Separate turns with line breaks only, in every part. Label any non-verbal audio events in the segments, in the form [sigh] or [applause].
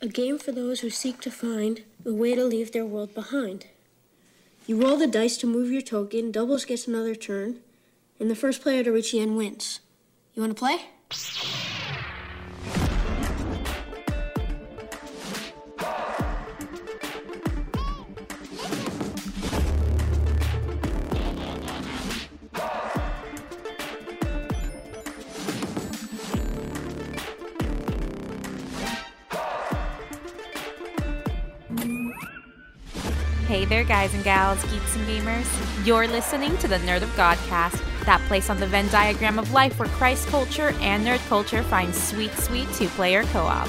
A game for those who seek to find a way to leave their world behind. You roll the dice to move your token, doubles gets another turn, and the first player to reach the end wins. You want to play?
Hey there, guys and gals, geeks and gamers. You're listening to the Nerd of Godcast, that place on the Venn diagram of life where Christ culture and nerd culture find sweet, sweet two player co op.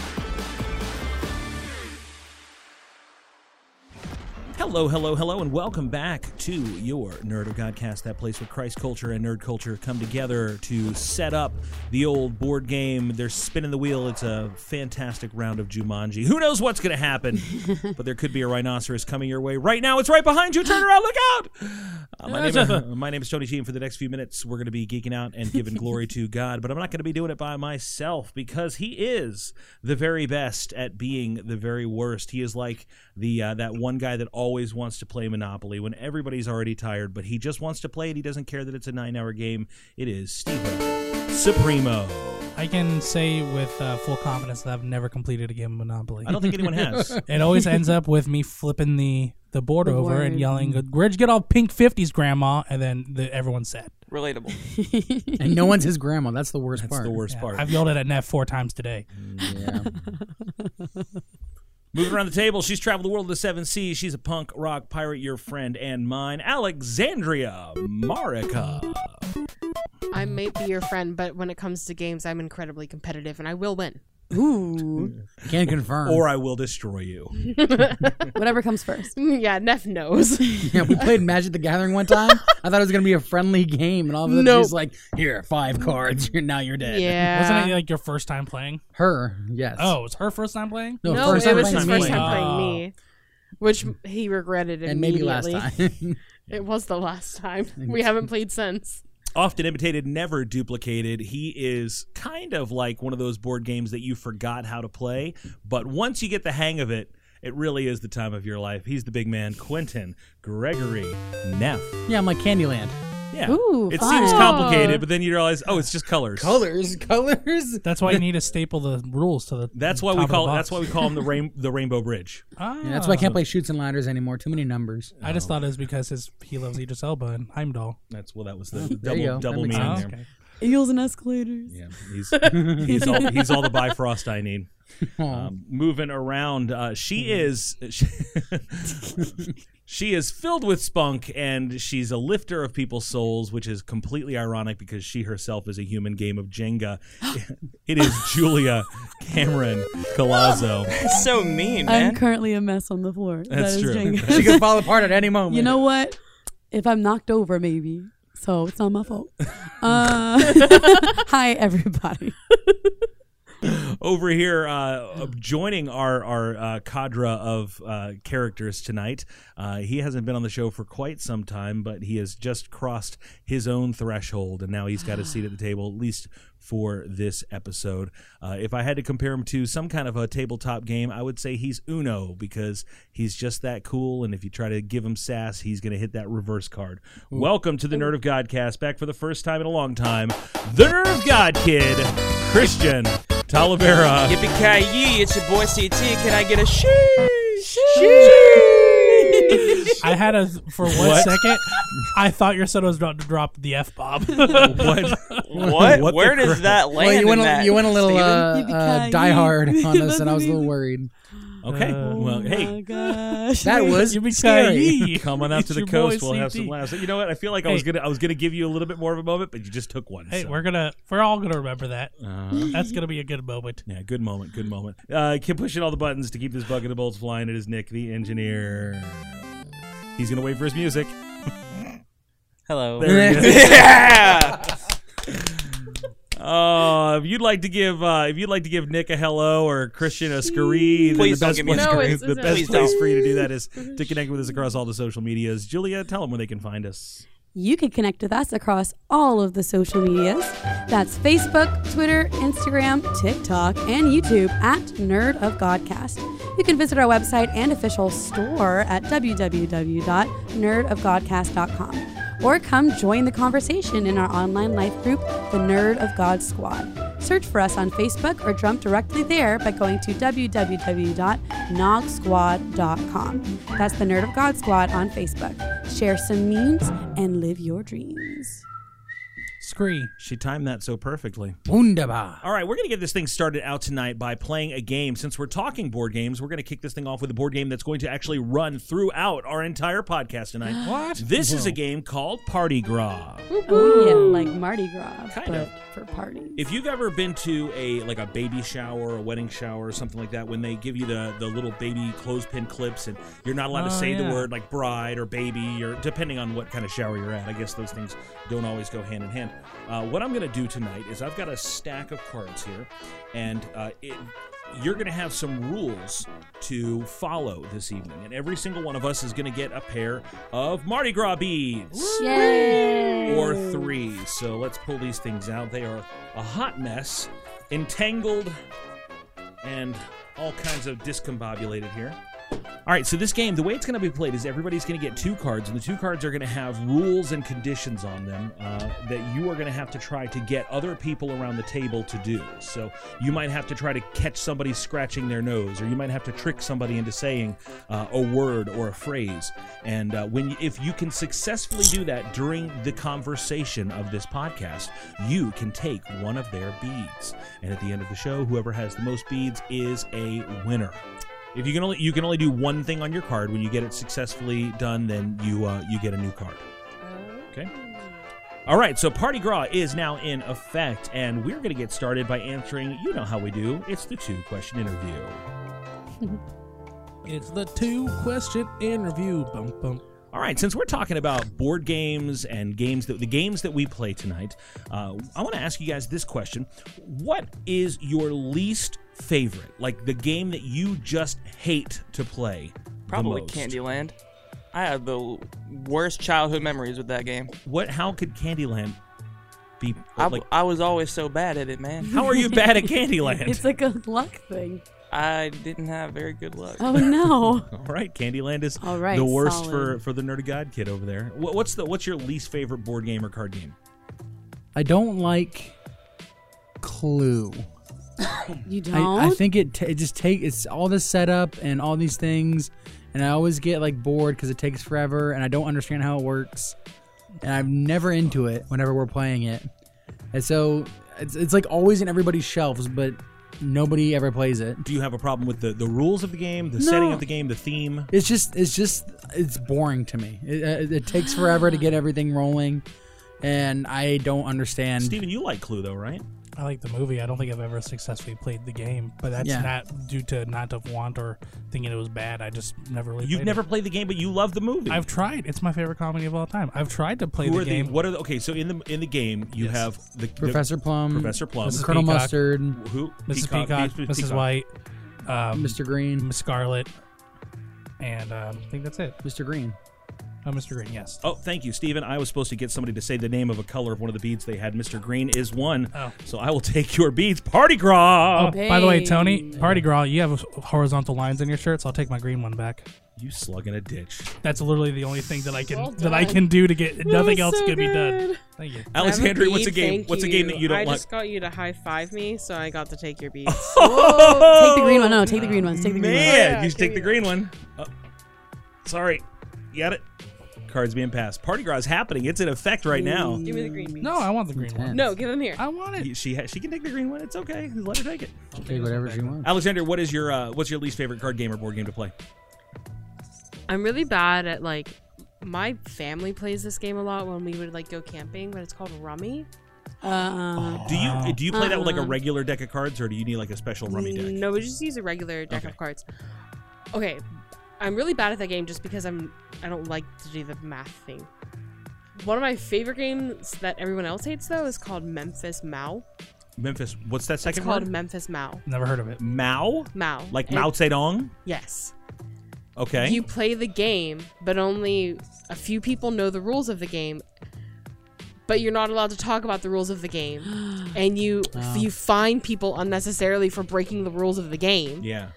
Hello, hello, hello, and welcome back to your Nerd of Godcast, that place where Christ culture and nerd culture come together to set up the old board game. They're spinning the wheel. It's a fantastic round of Jumanji. Who knows what's going to happen? but there could be a rhinoceros coming your way right now. It's right behind you. Turn around, look out! Uh, my, name, uh, [laughs] my name is Tony G, and for the next few minutes, we're going to be geeking out and giving glory
[laughs]
to God. But I'm not going to be doing it by myself because He is the very best at being the very worst. He is like the uh, that one guy that always wants to play Monopoly when everybody's already tired, but he just wants to play it. He doesn't care that it's a nine-hour game. It is Steve Supremo.
I can say with uh, full confidence that I've never completed a game of Monopoly.
I don't think
[laughs]
anyone has.
it always ends up with me flipping the the board over and yelling, "Where'd you get all pink fifties, Grandma?" And then the, everyone's sad.
[laughs]
Relatable.
and no one's his grandma. That's the worst
That's
part.
the worst
Yeah,
part.
I've yelled it at Neff four times today.
Yeah.
Moving around the table, she's traveled the world of the seven seas. She's a punk rock pirate, your friend and mine, Alexandria Marica.
I may be your friend, but when it comes to games, I'm incredibly competitive and I will win.
Ooh,
Can't confirm.
Or I will destroy you.
whatever comes first.
Mm, [laughs] Yeah,
[laughs]
Neff knows.
[laughs] yeah, we played Magic the Gathering one time. I thought it was gonna be a friendly game, and all of a sudden
Nope.
she's like, "Here, five cards. [laughs] You're now you're dead."
yeah.
Wasn't it like your first time playing?
Her, yes.
Oh, it was her first time playing.
no,
no,
uh, first
it
time
was
playing
his
me.
first time
Oh.
playing me, which he regretted
and maybe
immediately.
last time. [laughs]
It was the last time. We haven't played since.
Often imitated, never duplicated. He is kind of like one of those board games that you forgot how to play, but once you get the hang of it, it really is the time of your life. He's the big man, Quentin Gregory Neff.
yeah, I'm like Candyland.
Yeah.
Ooh,
it
fun.
seems complicated, but then you realize, oh, it's just colors.
Colors, [laughs] colors.
[laughs]
That's why you need to staple the rules to the.
That's why
top
we
of the
call.
box.
That's why we call him the rain, the Rainbow Bridge.
Ah,
Yeah, that's why I can't play shoots and ladders anymore. Too
[laughs]
many numbers.
I just thought it was because his, he loves Idris Elba and Heimdall.
That's well, that was the
you
double
go.
double meaning
That makes
Oh,
sense.
there.
okay.
Eels and escalators.
Yeah, he's he's all he's all the Bifrost I need. Um, moving around, uh, she is she, she is [laughs] filled with spunk, and she's a lifter of people's souls, which is completely ironic because she herself is a human game of Jenga. it is Julia Cameron Colazo.
That's so mean,
I'm
man.
currently a mess on the floor.
That's
that is
true. [laughs]
Jenga.
She could fall apart at any moment.
you know what? If I'm knocked over, maybe. So it's not
[laughs]
my fault. Uh, [laughs] hi, everybody.
over here uh, joining our our uh, cadre of uh, characters tonight. Uh, he hasn't been on the show for quite some time, but he has just crossed his own threshold, and now he's got a seat at the table, at least for this episode. Uh, if I had to compare him to some kind of a tabletop game, I would say he's Uno because he's just that cool, and if you try to give him sass, he's going to hit that reverse card. Welcome to the Nerd of Godcast, back for the first time in a long time. The Nerd of God Kid, Christian Talavera.
Yippee ki yee! It's your boy CT. Can I get a sheesh?
I had a for one second.
What?
I thought your son was about to drop the f bomb.
[laughs] [laughs] what?
What?
What the
Where does
crap?
that land?
well, you went
in
a,
that,
you went a little uh,
Steven?
uh,
Yippee-ki-yay.
die hard
[laughs]
on us, and I was a little
That's
worried.
Okay.
Uh,
well,
Oh my
hey,
gosh.
That was
Yippee-ki-yay.
scary.
coming up
It's
to the
your
coast,
boy,
we'll have
CT.
some laughs. You know what? I feel like I was
Hey.
gonna I was gonna give you a little bit more of a moment, but you just took one.
Hey,
so.
we're gonna we're all gonna remember that.
Uh,
That's gonna be a good moment.
yeah, good moment, good moment. Uh, keep pushing all the buttons to keep this bucket of bolts flying. It is Nick, the engineer. He's gonna wait for his music.
Hello.
There we go. [laughs]
yeah.
Uh, if you'd like to give uh, if you'd like to give Nick a hello or Christian a scurry, then the
Please don't
best
give me a
place,
scurry. No, it's-
the
it's-
best
Please
place
don't.
for you to do that is to connect with us across all the social medias. Julia, tell them where they can find us.
you can connect with us across all of the social medias. That's Facebook, Twitter, Instagram, TikTok, and YouTube at Nerd of Godcast. You can visit our website and official store at www.nerdofgodcast.com or come join the conversation in our online life group, the Nerd of God Squad. Search for us on Facebook or jump directly there by going to www.nogsquad.com. That's the Nerd of God Squad on Facebook. Share some memes and live your dreams.
Scree.
She timed that so perfectly.
Wunderbar.
All right, we're going to get this thing started out tonight by playing a game. Since we're talking board games, we're going to kick this thing off with a board game that's going to actually run throughout our entire podcast tonight.
[gasps] What?
This is a game called Party Gras.
Oh, yeah, like Mardi Gras,
Kind
but
of.
for parties.
If you've ever been to a like a baby shower, a wedding shower, or something like that, when they give you the the little baby clothespin clips, and you're not allowed to
Oh,
say the
yeah.
word like bride or baby, or depending on what kind of shower you're at, I guess those things don't always go hand in hand. Uh, what I'm gonna do tonight is I've got a stack of cards here, and uh, it, you're gonna have some rules to follow this evening, and every single one of us is gonna get a pair of Mardi Gras beads or three. So let's pull these things out. They are a hot mess, entangled, and all kinds of discombobulated here. All right, so this game, the way it's going to be played is everybody's going to get two cards, and the two cards are going to have rules and conditions on them uh, that you are going to have to try to get other people around the table to do. So you might have to try to catch somebody scratching their nose, or you might have to trick somebody into saying uh, a word or a phrase. And uh, when you, if you can successfully do that during the conversation of this podcast, you can take one of their beads. And at the end of the show, whoever has the most beads is a winner. If you can only you can only do one thing on your card. When you get it successfully done, then you uh, you get a new card. Okay. All right. So Party Gras is now in effect, and we're going to get started by answering. You know how we do. It's the two question interview.
It's the two question interview. Bum, bum.
All right, since we're talking about board games and games that the games that we play tonight, uh, I want to ask you guys this question: What is your least favorite? Like the game that you just hate to play? the
Probably
most?
Candyland. I have the worst childhood memories with that game.
What? How could Candyland be
I,
like?
I was always so bad at it, man.
how are you bad at Candyland?
[laughs] It's like a luck thing.
I didn't have very good luck.
Oh, no.
All right, Candyland is
All right,
the worst for
solid.
for the nerd god kid over there. What, what's the what's your least favorite board game or card game?
I don't like Clue.
You don't?
I, I think it, t- it just take it's all this setup and all these things, and I always get like bored because it takes forever and I don't understand how it works, and I'm never into it whenever we're playing it, and so it's, it's like always in everybody's shelves, but nobody ever plays it.
Do you have a problem with the the rules of the game, the setting of the game, the theme?
It's just it's just it's boring to me. It, uh, it, it takes forever to get everything rolling, and I don't understand.
Steven, you like Clue though, right?
I like the movie. I don't think I've ever successfully played the game, but that's
Yeah.
not due to not to want or thinking it was bad. I just never really.
You've
played
never
It.
played the game, but you love the movie.
I've tried. It's my favorite comedy of all time. I've tried to play
Who
the
are
game.
the what are the okay? So in the in the game, you
Yes.
have the the-
Professor Plum,
Professor Plum,
Mrs.
Colonel
Peacock.
Mustard,
who
Mrs. Peacock, Mrs.
Peacock.
White, um,
Mr. Green,
Miss Scarlet, and um, I think that's it.
Mr. Green.
Oh, Mr. Green, yes.
Oh, thank you, Steven. I was supposed to get somebody to say the name of a color of one of the beads they had. Mr. Green is one.
Oh.
So I will take your beads. Party Gras!
Oh, by the way,
Hey.
Tony, Party Gras, you have horizontal lines in your shirts. I'll take my green one back.
You slug in a ditch.
That's literally the only thing that I can that I can do to get nothing else
so
can be done. Thank you.
Alexandria, what's a
Bead,
game?
thank
What's a game that you don't
I
like?
just got you to high five me, so I got to take your beats.
[laughs]
Take the green one. No, take the green ones. Take the green ones.
Oh, Man,
Yeah,
you should
give
take the
me-
green one. Oh, sorry. You got it? Cards being passed. Party Gras is happening. It's in effect right now.
Give me the green beats.
No, I want the green one.
no, get them here.
Oh.
I want it.
You- She ha- she can take the green one. It's okay. Let her take it.
Take whatever you want.
Alexander, what is your uh, what's your least favorite card game or board game to play?
I'm really bad at like. My family plays this game a lot when we would like go camping, but it's called Rummy.
Uh,
Do you do you play that with like a regular deck of cards, or do you need like a special rummy deck?
No, we just use a regular deck
Okay.
of cards. Okay, I'm really bad at that game just because I'm I don't like to do the math thing. One of my favorite games that everyone else hates though is called Memphis Mao.
Memphis. What's that
It's
second
called
word?
Memphis Mao.
Never heard of it.
Mao.
Mao.
Like
And-
Mao Zedong.
Yes.
Okay.
You play the game, but only a few people know the rules of the game, but you're not allowed to talk about the rules of
[gasps]
the game, and you you fine people unnecessarily for breaking the rules of the game.
Yeah.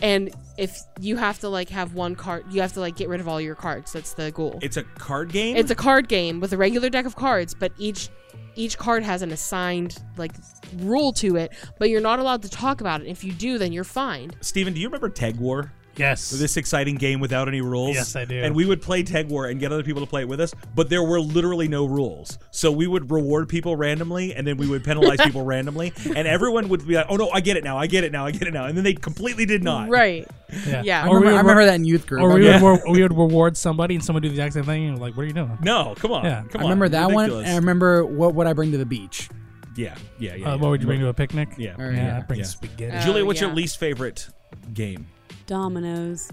And if you have to like have one card, you have to like get rid of all your cards. That's the goal.
It's a card game?
It's a card game with a regular deck of cards, but each each card has an assigned like rule to it, but you're not allowed to talk about it. If you do, then you're fined.
Steven, do you remember Tag War?
Yes.
This exciting game without any rules.
Yes, I do.
And we would play Tag War and get other people to play it with us, but there were literally no rules. So we would reward people randomly, and then we would
[laughs]
penalize people randomly, and everyone would be like, "Oh no, I get it now! I get it now! I get it now!" And then they completely did not.
Right.
yeah.
Yeah.
Or
I
we
I
would
remember
re-
that in youth group.
Or
I
we
remember-
would would we would reward somebody and someone do the exact same thing and we're like, what are you doing?
No, come on.
Yeah.
Come
I
on.
remember that one.
Ridiculous.
And I remember what would I bring to the beach?
yeah, yeah, yeah.
Uh,
yeah.
what would you bring to a picnic?
Yeah.
Or-
Yeah,
yeah,
I'd bring
yeah.
spaghetti.
Uh,
Julia, what's
yeah.
your least favorite game?
Dominoes.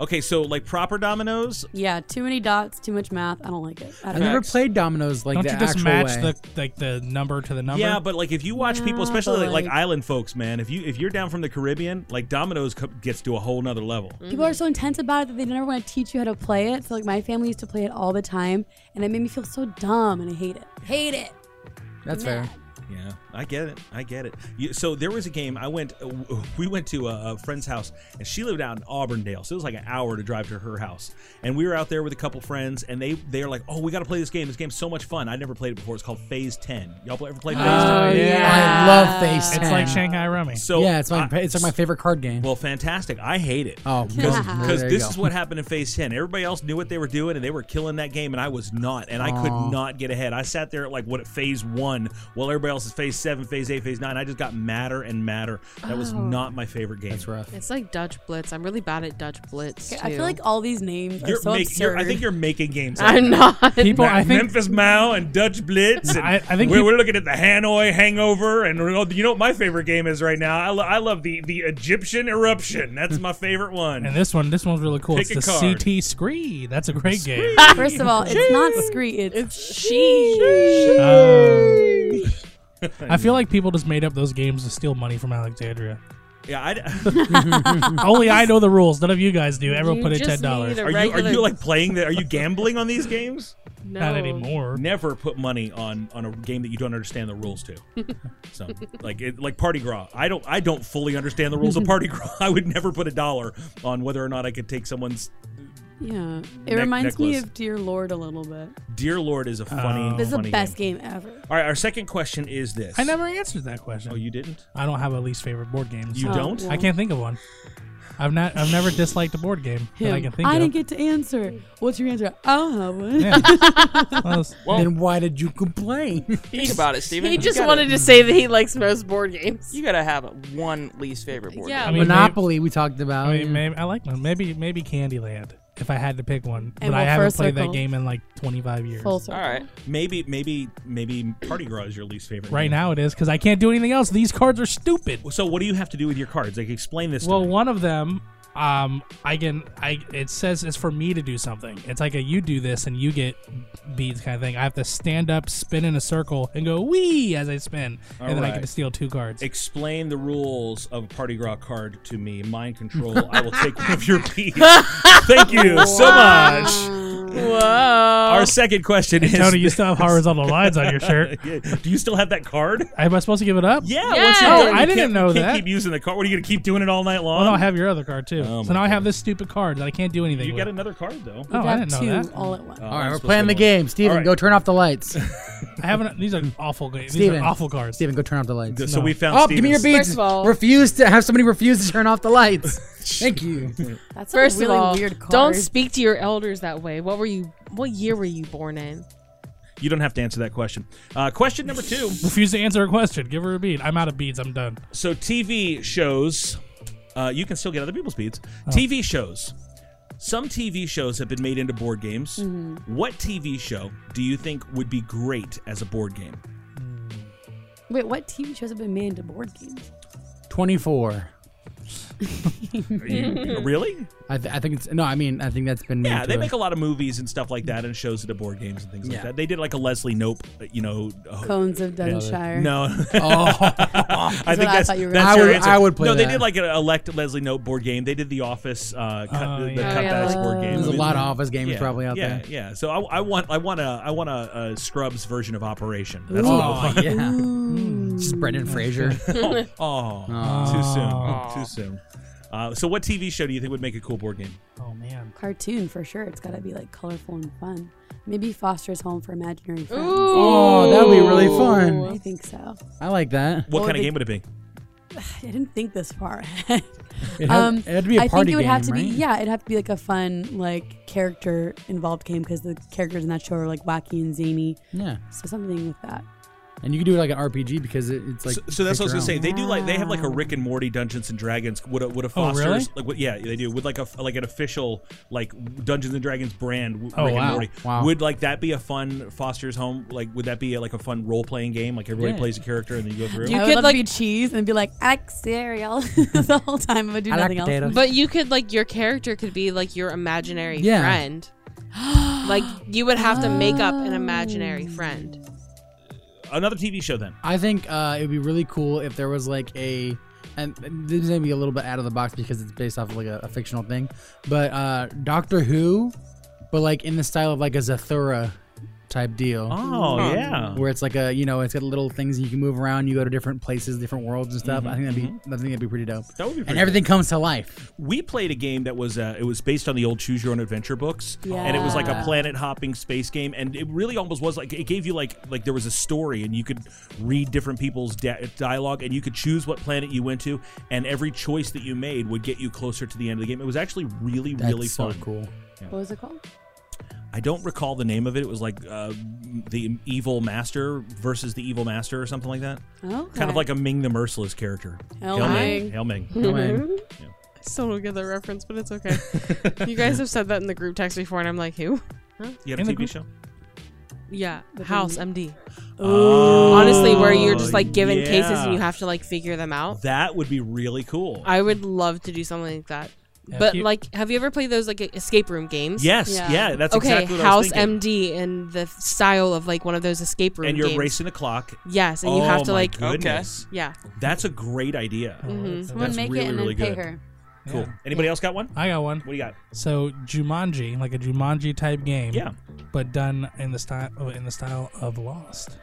Okay, so like proper dominoes.
Yeah, too many dots, too much math. I don't like it. I
I
don't
never
Facts.
played dominoes like
Don't
the
you just
actual
match
way.
the like the number to the number?
Yeah, but like if you watch people,
Yeah,
especially
but,
like, like
like-
island folks, man, if you if you're down from the Caribbean, like dominoes co- gets to a whole nother level.
People
Mm-hmm.
are so intense about it that they never want to teach you how to play it. So like my family used to play it all the time, and it made me feel so dumb, and I hate it. Hate it.
That's fair.
Yeah, I get it. I get it. You, so there was a game I went. [laughs] We went to a, a friend's house, and she lived out in Auburndale, so it was like an hour to drive to her house. And we were out there with a couple friends, and they they're like, "Oh, we got to play this game. This game's so much fun. I never played it before. It's called Phase Ten. Y'all pl- ever played Phase Ten?
yeah.
Oh, I love face.
it's
10.
like Shanghai Rummy.
So
Uh, yeah, it's my
I-
it's like my favorite card game.
Well, fantastic. I hate it.
oh,
Because this is what happened in Phase 10. Everybody else knew what they were doing and they were killing that game, and I was not. And I
Oh.
could not get ahead. I sat there at like what at Phase 1 while everybody else is Phase 7, Phase 8, Phase 9. I just got madder and madder. That was not my favorite game.
It's rough.
It's like Dutch Blitz. I'm really bad at Dutch Blitz.
I
too.
feel like all these names are
You're
so
make- you're-
absurd.
I think you're making games. up.
[laughs] I'm not.
People, I think
Memphis Mao and Dutch Blitz. And
I- I think
we're,
you-
we're looking at the Hanoi Hangover, and we're- you know what my favorite game is right now? I, lo- I love the, the Egyptian Eruption. That's my favorite one.
And this one, this one's really cool.
Pick
it's
a
the
card.
CT Scree. That's a great game.
First of all, it's not scree. It's,
she.
Um, I feel like people just made up those games to steal money from Alexandria.
yeah, I d- [laughs]
[laughs] Only I know the rules. None of you guys do. Everyone
You
put in
just
ten dollars.
need a-
are you are you
Regular-
like playing the? Are you gambling on these games?
No.
Not anymore.
never put money on on a game that you don't understand the rules to. so like it, like Party Gras, I don't I don't fully understand the rules of Party Gras. [laughs] I would never put a dollar on whether or not I could take someone's.
yeah. It
Neck-
reminds me
necklace.
of Dear Lord a little bit.
Dear Lord is a funny.
Oh. This is the
funny
best
game.
game, ever.
All right, our second question is this.
I never answered that question.
Oh, you didn't.
I don't have a least favorite board game.
You
so
don't.
well.
I can't think of one. I've not. I've never disliked a board game that I
Him.
can think of.
didn't get to answer. What's your answer? I don't have one.
Yeah. Well,
[laughs]
it's-
then why did
[laughs]
you complain?
Think about it, Steven.
He
You
just
gotta-
wanted to say that he likes most board games.
You gotta have one least favorite board.
Yeah.
game.
I mean,
Monopoly we talked about.
Maybe, I, mean, maybe, I like one. Maybe maybe Candyland. If I had to pick one, but
And
I
we'll
haven't
first
played that
circle.
game in like 25 years.
[laughs] Full circle.
All right.
Maybe maybe maybe Party Gras is your least favorite.
Right
game.
now it is because I can't do anything else. These cards are stupid.
So what do you have to do with your cards? Like explain this.
Well,
to me.
one of them, um, I can, I it says it's for me to do something. It's like a you do this and you get beads kind of thing. I have to stand up, spin in a circle, and go wee as I spin, and then I
Alright.
can steal two cards. [laughs]
Explain the rules of a Party Gras card to me. Mind control. I will take one of [laughs] your keys. Thank you so much.
Whoa.
Our second question is:
Tony, you
[laughs]
still have horizontal lines on your shirt.
Yeah. [laughs] Do you still have that card?
Am I supposed to give it up?
Yeah.
Yes.
once you're
Oh,
done,
I
you
didn't
can't-
know
you can't
that.
Keep using the card. What are you going to keep doing it all night long?
Oh, no, I have your other card too.
Oh
so
my
now I have this stupid card that I can't do anything
you
with.
got another card though.
oh, I
have
didn't know
two
that.
all at once.
Oh,
All
I'm
right, we're
supposed
playing
to
the
have one.
game. Steven,
All right.
go turn off the lights.
I haven't. These are awful games. These
Steven.
are awful cards.
Steven, go turn off the lights.
So
No.
we found.
Oh, give me your
Steven's-
beads.
First of all-
refuse to have somebody refuse to turn off the
[laughs]
lights. Thank you.
That's
First
a really
of all,
weird card.
don't speak to your elders that way. What were you? What year were you born in?
You don't have to answer that question. Uh, question number two.
Refuse to answer a question. Give her a bead. I'm out of beads. I'm done.
So TV shows, uh, you can still get other people's beats.
Oh.
TV shows. Some TV shows have been made into board games.
Mm-hmm.
What TV show do you think would be great as a board game?
Wait, what TV shows have been made into board games?
24.
Are you- Uh, really?
I, th- I think it's no. I mean, I think that's been made
Yeah, they
to
make a lot of movies and stuff like that, and shows it at board games and things like
Yeah.
that. They did like a Leslie Nope, you know. uh,
Cones of Dunshire.
No,
[laughs]
[laughs]
Oh,
I think
I
that's,
thought you were
that's your
gonna say. I would-
answer.
I would play
No, they
that.
did like an elect Leslie Note board game. They did the Office, uh, cut,
Oh,
the, the
yeah.
cut
Oh,
dice
yeah.
board game.
there's a
I mean,
lot of Office gamers
yeah,
probably out
yeah,
there.
Yeah, So I, I want, I want a, I want a, a Scrubs version of Operation. That's what I
Oh
want.
yeah, Mm. just Brendan Fraser.
Oh,
Aw.
too soon, too soon. Uh, so, what TV show do you think would make a cool board game?
Oh man.
Cartoon for sure. It's got to be like colorful and fun. Maybe Foster's Home for Imaginary Friends.
Oh, that would be really fun.
I think so.
I like that.
What
Or
kind of
they-
game would it be?
I didn't think this far ahead. Um,
It had, it
[laughs]
had to be a
I
party
think it would
game,
have to
right?
be yeah, it'd have to be like a fun like character involved game because the characters in that show are like wacky and zany.
yeah.
So something with that.
And you could do it like an RPG because it, it's like.
so, so that's what I was gonna
pick
say.
your
They do like they have like a Rick and Morty Dungeons and Dragons. Would a, would a
Oh,
Foster's
really?
like what, yeah they do would like a like an official like Dungeons and Dragons brand. w-
Oh,
Rick
wow.
and Morty.
Wow.
Would like that be a fun Foster's Home? Like would that be like a fun role playing game? Like everybody
Yeah.
plays a character and then you go through.
You I
You
would
could,
love
like-
to be cheese and be like, I like cereal [laughs] the whole time. I would do
own. I like
nothing else.
potatoes.
But you could like your character could be like your imaginary
Yeah.
[gasps] friend. like you would have to make up an imaginary friend.
Another TV show then.
I think uh, it would be really cool if there was like a, and this is gonna be a little bit out of the box because it's based off of like a, a fictional thing, but uh, Doctor Who, but like in the style of like a Zathura type deal.
Oh yeah.
Where it's like a you know it's got little things you can move around you go to different places different worlds and stuff I think that'd be I think that'd be pretty dope
Mm-hmm. That would be
and
pretty
everything comes to life
We played a game that was uh, it was based on the old Choose Your Own Adventure books,
Yeah.
and it was like a planet hopping space game, and it really almost was like it gave you like like there was a story, and you could read different people's da- dialogue, and you could choose what planet you went to, and every choice that you made would get you closer to the end of the game. It was actually really
that's
really
so
fun.
cool
What was it called?
I don't recall the name of it. It was like uh, the Evil Master versus the Evil Master or something like that.
Oh,
Kind of like a Ming the Merciless character.
Hell
Ming.
Ming.
Hail Ming.
No way.
I still don't get the reference, but it's okay. you guys have said that in the group text before, and I'm like, who?
You
In
had
the
a TV
group-
show.
Yeah, House MD.
Oh,
Honestly, where you're just like given
yeah.
cases and you have to like figure them out.
That would be really cool.
I would love to do something like that.
Yeah,
but
if you-
like, have you ever played those like e, escape room games?
yes,
Yeah.
yeah, that's
okay,
exactly what I was
House
thinking.
MD and the style of like one of those escape room
and you're
games.
racing the clock.
Yes, and you
oh
have to
my
like Mm-hmm.
goodness.
yeah.
That's a great idea.
Someone
That's
make
really,
it and
really
then pay
good.
her.
Cool.
Yeah.
Anybody else got one? What
I got one.
do you got?
So Jumanji, like a Jumanji type game.
Yeah.
But done in the style in the style of Lost.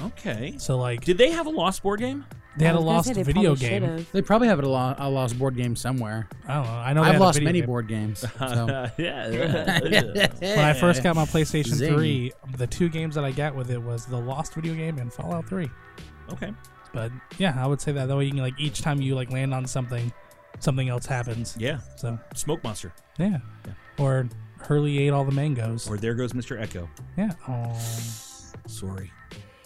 Okay.
So like
Did they have a lost board game?
they had
I
a
was gonna
Lost
say they
video
probably
game.
should've.
they probably have a, lo- a lost board game somewhere
I don't know. I know they
I've
had a
lost
video
many
game.
[laughs]
board games so. [laughs]
yeah.
When I first got my PlayStation
Zing.
3, the two games that I got with it was the Lost video game and Fallout 3.
[laughs] okay.
But yeah, I would say that that way you can like each time you like land on something, something else happens.
Yeah.
So
Smoke Monster.
yeah, or Hurley ate all the mangoes.
Or there goes Mr. Echo.
yeah. Oh.
Sorry.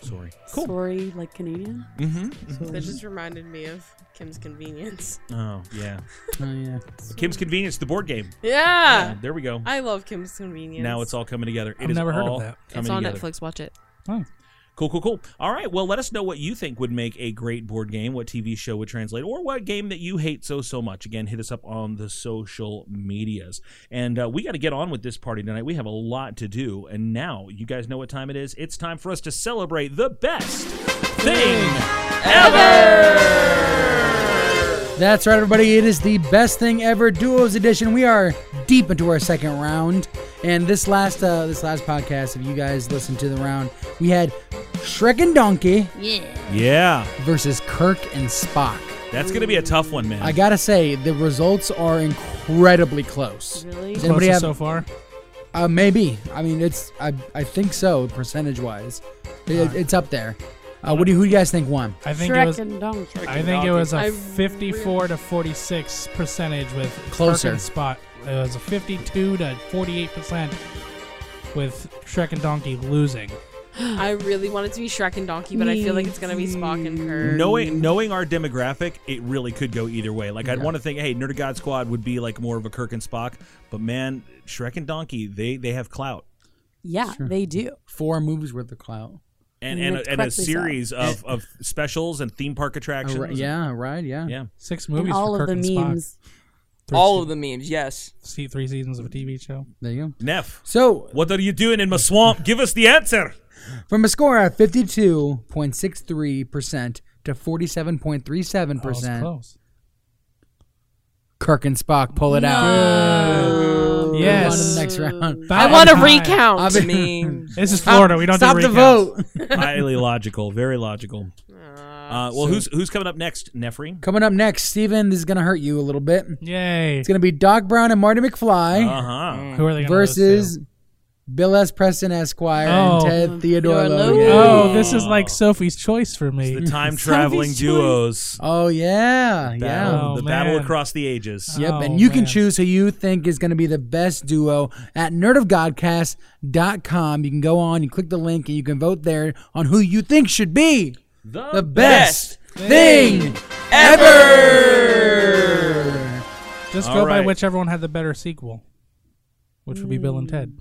Sorry.
Sorry, like Canadian.
That just reminded me of Kim's Convenience. [laughs]
Oh, yeah.
oh, yeah.
Kim's Convenience, the board game.
Yeah,
There we go.
I love Kim's Convenience.
Now it's all coming together. It
I've
is
never heard of
all
that.
it's
coming
on
together.
Netflix. Watch it. [gasps]
Oh.
Cool, cool, cool. All right. Well, let us know what you think would make a great board game, what TV show would translate, or what game that you hate so, so much. Again, hit us up on the social medias. And uh, we got to get on with this party tonight. We have a lot to do. And now you guys know what time it is. It's time for us to celebrate the best thing
That's right, everybody. It is the best thing ever duos edition. We are deep into our second round, and this last uh, this last podcast, if you guys listened to the round, we had Shrek and Donkey
Yeah.
versus Kirk and Spock.
That's going to be a tough one, man.
I gotta say, the results are incredibly close. Really? Does anybody
Closest so
have?
far?
uh, maybe. I mean, it's I, I think so, percentage wise. It, it's up there. Uh, what do you, who do you guys think won?
I think it
Shrek
was.
and Donkey.
I think it was a
I
54 to 46 percentage with
Closer.
Kirk and Spot. It was a 52 to 48 percent with Shrek and Donkey losing.
I really want it to be Shrek and Donkey, but I feel like it's gonna be Spock and her.
knowing knowing our demographic, it really could go either way. Like I'd want to think, hey, Nerd of God Squad would be like more of a Kirk and Spock, but man, Shrek and Donkey, they they have clout.
Yeah, they do.
Four movies worth of clout.
and
And
and,
you're
a, and a
correctly so.
series of, of specials and theme park attractions.
Right, yeah, right, yeah.
yeah.
Six
And
movies
all
for Kirk
of the
and Spock.
memes.
Three
All
se-
of the memes,
[laughs]
yes.
se- three seasons of a TV show.
There you go.
Neff,
So
what are you doing in my swamp? Give us the answer.
from a score of fifty-two point six three percent to forty-seven point three seven
Oh, it's
percent,
close.
Kirk and Spock pull it
uh,
out.
Yes.
Move on to the next round.
That
I want to
time.
recount.
I've
I
been-
mean,
This is Florida. We don't
Stop
do
the
recaps.
vote.
Highly logical, very logical. Uh, well, who's who's coming up next, Nefri?
Coming up next, Steven, this is gonna hurt you a little bit.
Yay!
It's gonna be Doc Brown and Marty
Oh,
McFly
Uh huh.
Who are they gonna
versus
lose
Bill S. Preston Esquire
Oh.
and Ted Theodore
Theodore
Logan.
to?
Logan.
Oh, this is like Sophie's choice for
The
me.
time traveling duos.
Oh yeah, yeah.
Battle-
Oh,
the battle
man.
across the ages.
Yep,
Oh,
and you can
man.
choose who you think is going to be the best duo at nerdofgodcast.com. You can go on, you click the link, and you can vote there on who you think should be Uh, the best, thing.
Just
All
go by
right.
whichever one had the better sequel, which would be Bill and Ted.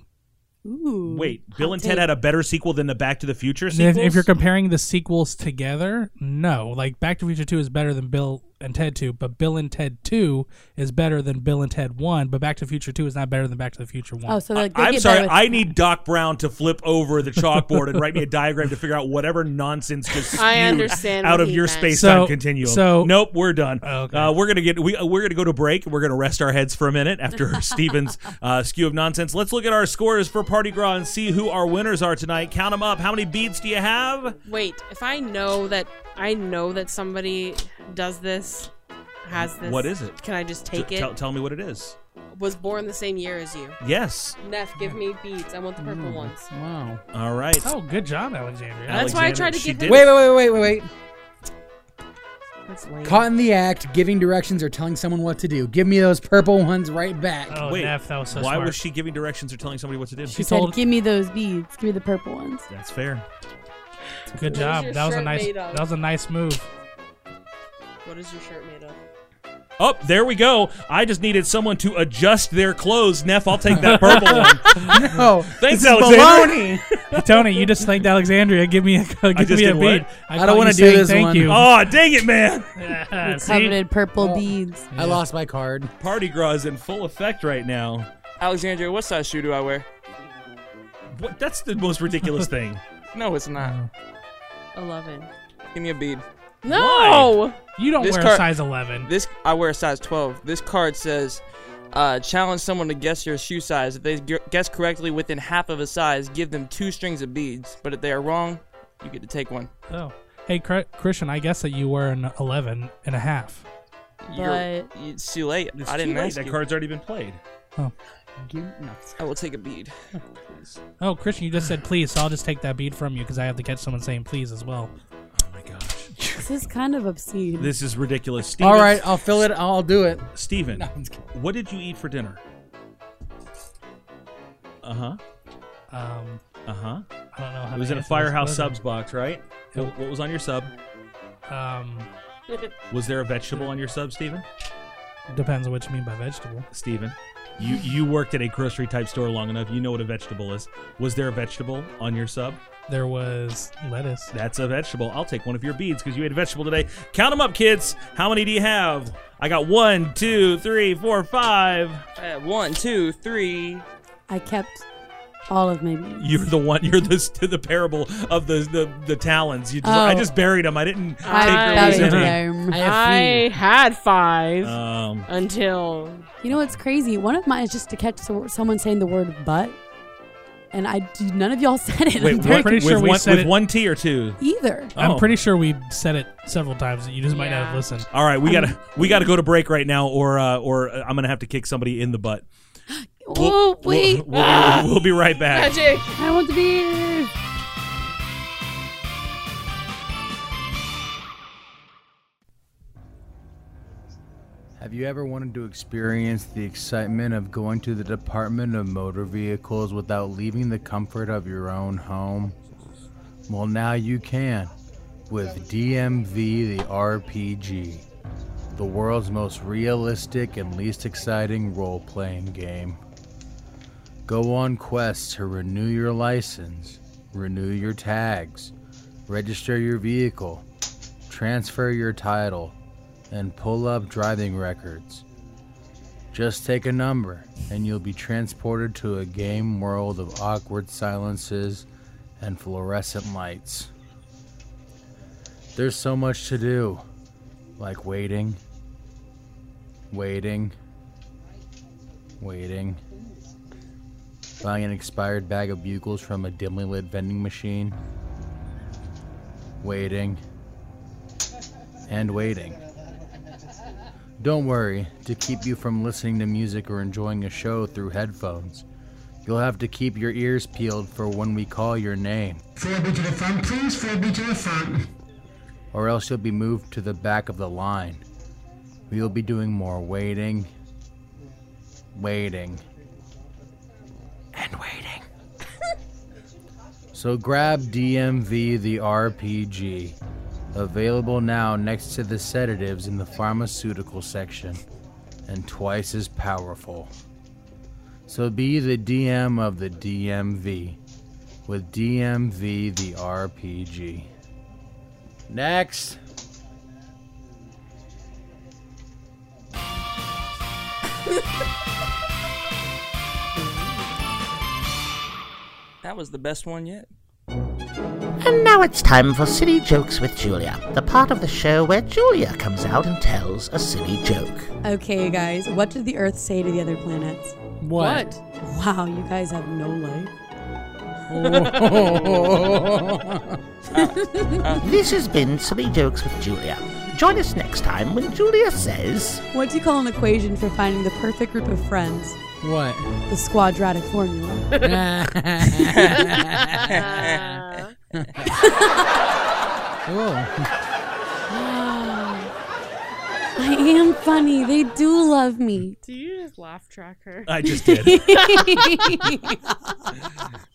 Ooh.
Wait, Bill and Ted had a better sequel than the Back to the Future
And If,
sequels.
if you're comparing the sequels together, no. Like Back to the Future Two is better than Bill and Ted Two, but Bill and Ted Two is better than Bill and Ted One, but Back to the Future Two is not better than Back to the Future One.
Oh, so like, they
I'm
get
sorry.
better with-
I need Doc Brown to flip over the chalkboard and write me a diagram to figure out whatever nonsense just
[laughs] I
spewed
understand
out
what
of
he
your
meant.
space
So-
time continuum.
so- Oh,
nope, we're done.
Okay.
Uh, we're gonna get we uh, we're gonna go to break. We're gonna rest our heads for a minute
[laughs]
after Steven's uh, skew of nonsense. Let's look at our scores for Party Gras and see who our winners are tonight. Count them up. How many beads do you have?
Wait, if I know that I know that somebody does this, has this.
What is it?
Can I just take
T-
it?
Tell, tell me what it is.
Was born the same year as you.
Yes.
Neff, give me beads. I want the
Mm.
purple ones.
Wow.
All right.
Oh, good job, Alexandria.
That's why I
Alexander,
tried to
she
give
did
him-
Wait, wait, wait, wait, wait, wait.
That's lame.
Caught in the act, giving directions or telling someone what to do. Give me those purple ones right back.
Oh,
Wait,
Neff, that was so
why
smart.
was she giving directions or telling somebody what to do?
she
She
said,
told-
"Give me those beads. Give me the purple ones."
That's fair.
Good
What was
job.
your
That was a
shirt
nice.
made of?
That was a nice move.
What is your shirt made of?
Oh, there we go. I just needed someone to adjust their clothes. Neff, I'll take that purple one.
[laughs] No.
Thanks,
[laughs]
this is
Alexander.
baloney.
Tony, you just thanked Alexandria. Give me a [laughs] give
just
me a
did
beat.
what?
I don't
thought
wanna
you
do
saying
this
thank
one.
You. [laughs]
Oh, dang it, man.
Yeah, see?
Coveted purple beads.
I lost my card.
Party gras is in full effect right now.
Alexandria, what size shoe do I wear?
What? That's the most ridiculous thing.
No, it's
Mm.
not.
Eleven.
Give me a bead.
No.
You don't
This
wear a
car-
size 11.
This I wear a size 12. This card says, uh, challenge someone to guess your shoe size. If they gu- guess correctly within half of a size, give them two strings of beads. But if they are wrong, you get to take one.
Oh. Hey, Cr- Christian, I guess that you were an 11 and a half.
You're,
But-
it's too late.
It's
I
too
didn't
late.
ask
That
you.
card's already been played.
Give, no.
I will take a bead.
Oh, Christian, you just said please, so I'll just take that bead from you because I have to catch someone saying please as well.
Oh my gosh.
This is kind of obscene.
This is ridiculous. Steven,
All right, I'll fill it. I'll do it.
Steven,
No, I'm just kidding.
what did you eat for dinner? Uh huh.
Um,
Uh huh.
I don't know how
It was
to
in a
answer this
firehouse
question.
subs box, right? What what was on your sub?
Um,
Was there a vegetable on your sub, Steven?
depends on what you mean by vegetable.
Steven, you you worked at a grocery type store long enough. You know what a vegetable is. Was there a vegetable on your sub?
There was lettuce.
That's a vegetable. I'll take one of your beads because you ate a vegetable today. Count them up, kids. How many do you have? I got one, two, three, four, five.
Uh, one, two, three.
I kept all of my beads.
You're the one. You're the [laughs] the parable of the the, the talons. You just, I
Oh.
just buried them. I
Uh,
didn't
I-
That
take
is
yours
Easy.
any.
dumb.
I
[laughs] I
have
had five
Uh,
Um,
[laughs]
until
You know what's crazy? One of mine is just to catch so- someone saying the word "butt," and I none of y'all [laughs] said it.
wait,
I'm very
what,
what- pretty
with,
sure we
one,
said
with
it-
one T or two.
confused either.
Oh.
I'm pretty sure we said it several times. that You just might not have
Yeah.
listened. [laughs]
All right, we gotta we gotta go to break right now, or uh, or uh, I'm gonna have to kick somebody in the butt.
oh wait,
We'll, we'll, we'll be right back.
magic.
I want the beer.
Have you ever wanted to experience the excitement of going to the Department of Motor Vehicles without leaving the comfort of your own home? Well, now you can with DMV the RPG, the world's most realistic and least exciting role playing game. Go on quests to renew your license, renew your tags, register your vehicle, transfer your title, and pull up driving records. Just take a number, and you'll be transported to a game world of awkward silences and fluorescent lights. There's so much to do, like waiting, waiting, waiting, buying an expired bag of bugles from a dimly lit vending machine, waiting, and waiting. Don't worry, to keep you from listening to music or enjoying a show through headphones, you'll have to keep your ears peeled for when we call your name.
Forward to the front, please. Forward to the front.
or else you'll be moved to the back of the line. We will be doing more waiting, waiting,
[laughs]
and waiting. so grab DMV the RPG, available now next to the sedatives in the pharmaceutical section, and twice as powerful. So be the DM of the DMV with DMV the RPG. [laughs] Next.
That was the best one yet.
And now it's time for Silly Jokes with Julia, the part of the show where Julia comes out and tells a silly joke.
Okay, guys, what did the Earth say to the other planets?
What?
Wow, you guys have no life.
this has been Silly Jokes with Julia. Join us next time when Julia says.
What do you call an equation for finding the perfect group of friends?
What?
The quadratic formula.
[laughs]
Cool.
I am funny. They do love
[laughs]
me.
Do you just laugh track her?
I just
[laughs]
did,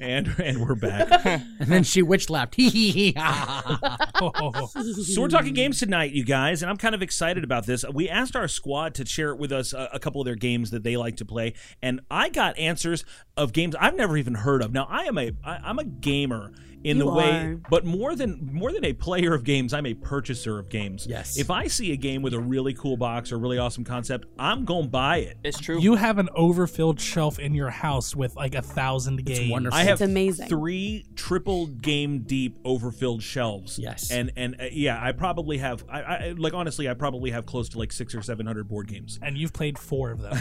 and and we're back.
And then she witch
[laughs]
lapped. Hee hee hee. ha, ha, ha.
Oh.
So we're talking games tonight, you guys, and I'm kind of excited about this. We asked our squad to share with us a, a couple of their games that they like to play, and I got answers of games I've never even heard of. Now I am a I, I'm a gamer in
You
the way,
are.
but more than more than a player of games, I'm a purchaser of games.
Yes.
If I see a game with a really cool box or really awesome concept, I'm gonna buy it.
It's true.
You have an overfilled shelf in your house with like a thousand games.
wonderful.
I have
It's amazing.
three triple game deep overfilled shelves.
Yes.
and and uh, yeah, I probably have. I, I like honestly, I probably have close to like six or seven hundred board games.
And you've played four of them.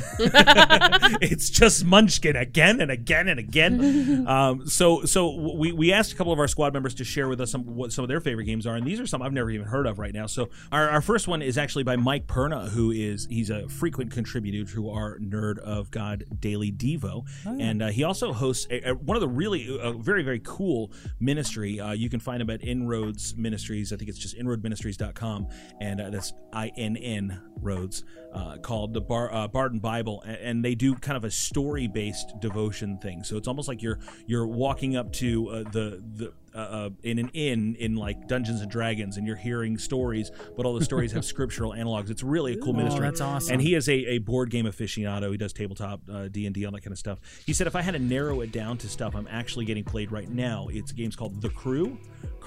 it's just Munchkin again and again and again. um, so so we, we asked a couple of our squad members to share with us some what some of their favorite games are, and these are some I've never even heard of right now. So our, our first one is actually by Mike Perna, who is he's a frequent contributor to our Nerd of God Daily Devo, and uh, he also hosts a, a- one of the really uh, very very cool ministry. Uh, you can find him at Inroads Ministries. I think it's just inroadministries.com, and uh, that's I N N Roads uh, called the Bar, uh, Barden Bible, a- and, they do kind of a story-based devotion thing. So it's almost like you're you're walking up to uh, the the. Uh, uh, in an inn in like Dungeons and Dragons, and you're hearing stories, but all the
[laughs]
stories have scriptural analogs. It's really a cool ministry.
Oh, that's awesome.
And he is a, a board game aficionado. He does tabletop, uh, D and D, all that kind of stuff. He said, if I had to narrow it down to stuff I'm actually getting played right now, it's games called The Crew,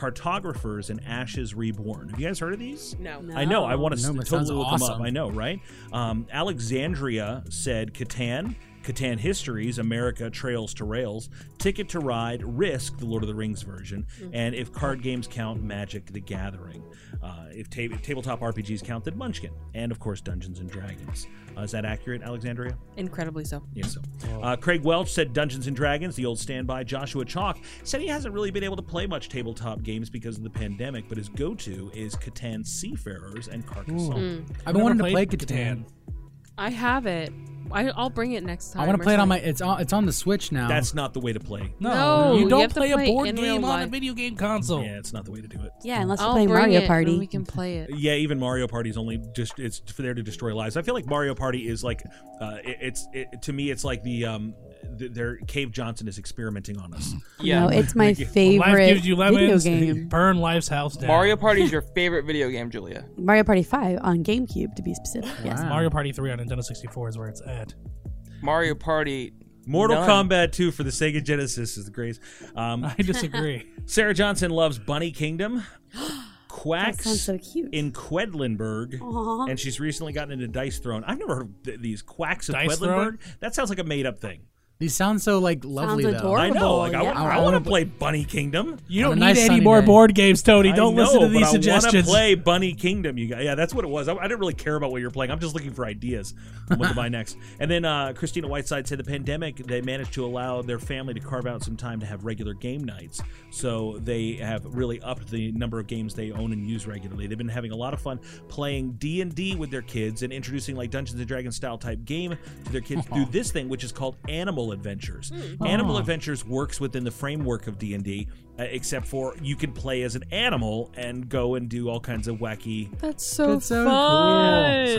Cartographers, and Ashes Reborn. Have you guys heard of these?
no.
I know. I want to
No, but it sounds
totally look them
awesome.
up. I know, right? Um, Alexandria said Catan, Catan Histories, America Trails to Rails, Ticket to Ride, Risk, the Lord of the Rings version,
Mm-hmm.
and if card games count, Magic: The Gathering. Uh, if, ta- if tabletop RPGs count, then Munchkin, and of course Dungeons and Dragons. Uh, is that accurate, Alexandria?
Incredibly so.
Yeah, so. Uh, Craig Welch said Dungeons and Dragons, the old standby. Joshua Chalk said he hasn't really been able to play much tabletop games because of the pandemic, but his go to is Catan Seafarers and Carcassonne.
I've been wanting to
Never
play
played
Catan.
I have it. I, I'll bring it next time.
I want
or
to play it on my.
something.
It's on. It's on the Switch now.
That's not the way to play.
No,
No,
you
you
don't
have to
play,
play
a board
in real
game on a
life.
video game console.
Yeah, it's not the way to do it.
Yeah, unless
I'll
you're playing
bring
Mario
it when
Party.
we can play it.
Yeah, even Mario Party's only just it's there to destroy lives. I feel like Mario Party is like uh, it, it's it, to me it's like the um th- their Cave Johnson is experimenting on us.
yeah.
No, it's my favorite
Life gives [laughs] you
video
lemons.
game.
Burn life's house down.
Mario
[laughs]
Party is your favorite video game, Julia.
Mario Party 5 on GameCube, to be specific. Yes.
Wow.
Mario Party 3 on Nintendo 64 is where it's at.
Mario Party
Mortal
None.
Kombat 2 for the Sega Genesis is the greatest. Um, I
disagree.
Sarah Johnson loves Bunny
[gasps]
Kingdom. Quacks
sounds so cute.
in Quedlinburg,
Aw.
and she's recently gotten into Dice Throne. I've never heard of th- these Quacks of
Dice
Quedlinburg. That sounds like a made up thing.
These sound so like lovely though.
adorable.
I know. Like I,
yeah.
I
want
wanna
to play Bunny Kingdom.
You don't
On a
need
nice
any
sunny
more
day.
board games, Tony.
I
Don't listen
know,
to these
but I want
suggestions.
to play Bunny Kingdom. You guys, yeah, that's what it was. I, I didn't really care about what you're playing. I'm just looking for ideas on what to
[laughs]
buy next. And then uh, Christina Whiteside said the pandemic they managed to allow their family to carve out some time to have regular game nights, so they have really upped the number of games they own and use regularly. They've been having a lot of fun playing D and D with their kids and introducing like Dungeons and Dragons style type game to their kids through this thing, which is called Animal Adventures. Animal Adventures works within the framework of D and D, uh, except for you can play as an animal and go and do all kinds of wacky.
That's so
That's so
fun.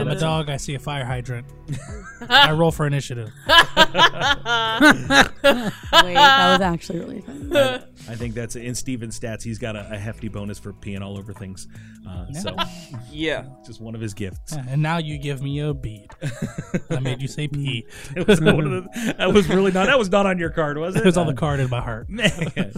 I'm a dog. I see a fire hydrant. I roll for initiative.
Wait, that
[laughs]
was actually really fun.
I think that's in Steven's stats. He's got a, a hefty bonus for peeing all over things. Uh, So
Yeah.
[laughs] just one of his gifts.
And now you give me a bead. I made you say pee.
[laughs] [laughs] It was one of the- that was really not. That was not on your card, was it?
[laughs] Mm-hmm. It was on the card in my
[laughs]
heart.
Man.
You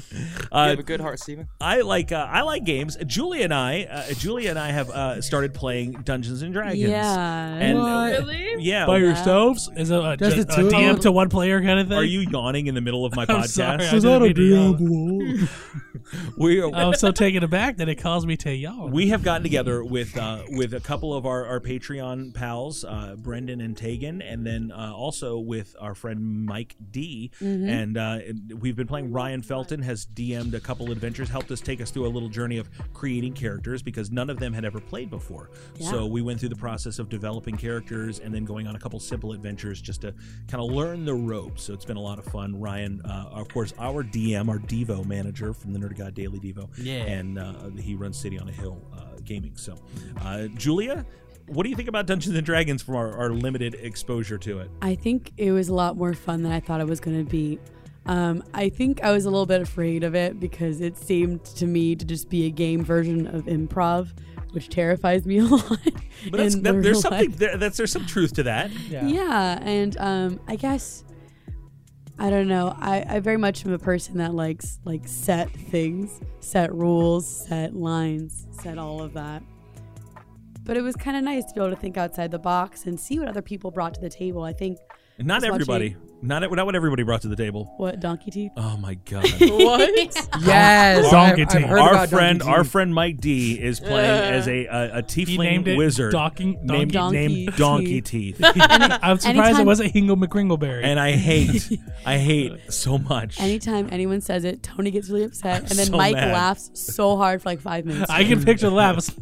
Uh,
have a good heart, Steven.
I like uh, I like games. Julia and I, uh, Julia and I have uh, started playing Dungeons and Dragons.
Yeah.
And,
Really?
Yeah.
By yourselves? Is it a,
Just
just
the two
a
of
DM
them?
to one player kind of thing?
Are you yawning in the middle of my
[laughs] I'm
podcast?
sorry, I didn't mean to Oh. yawn.
We are,
[laughs] I'm so taken aback that it calls me to y'all. [laughs]
we have gotten together with uh, with a couple of our, our Patreon pals, uh, Brendan and Tegan, and then uh, also with our friend Mike D. And uh, we've been playing. Ryan Felton has DM'd a couple adventures, helped us take us through a little journey of creating characters because none of them had ever played before. So we went through the process of developing characters and then going on a couple simple adventures just to kind of learn the ropes. So it's been a lot of fun. Ryan, uh, of course, our DM, our Devo manager from the Nerd of God Daily Devo,
Yeah.
and uh, he runs City on a Hill uh, Gaming. So, uh, Julia, what do you think about Dungeons and Dragons from our, our limited exposure to it?
I think it was a lot more fun than I thought it was going to be. Um, I think I was a little bit afraid of it because it seemed to me to just be a game version of improv, which terrifies me [laughs] a lot.
But that's,
in
that,
real
there's something
life.
there, that's there's some truth to that.
[laughs] Yeah. and um, I guess I don't know. I, I very much am a person that likes like set things, set rules, set lines, set all of that. But it was kind of nice to be able to think outside the box and see what other people brought to the table. I think
Not
Just watching-
everybody, not not what everybody brought to the table.
what donkey teeth.
Oh my god. [laughs]
What?
Yes,
Donkey
I've- I've
Team.
heard
our
about Donkey
friend, our
Team.
friend Mike D is playing as a a, a
He
tiefling
named it
wizard
Docking,
named
Donkey
named
Teeth.
Donkey Teeth,
I'm surprised it
Anytime-
wasn't Hingle McGringleberry.
and I hate, I hate so much.
[laughs] Anytime anyone says it, Tony gets really upset, and then
so
Mike
mad.
laughs so hard for
[laughs]
like five minutes.
I can picture the laughs.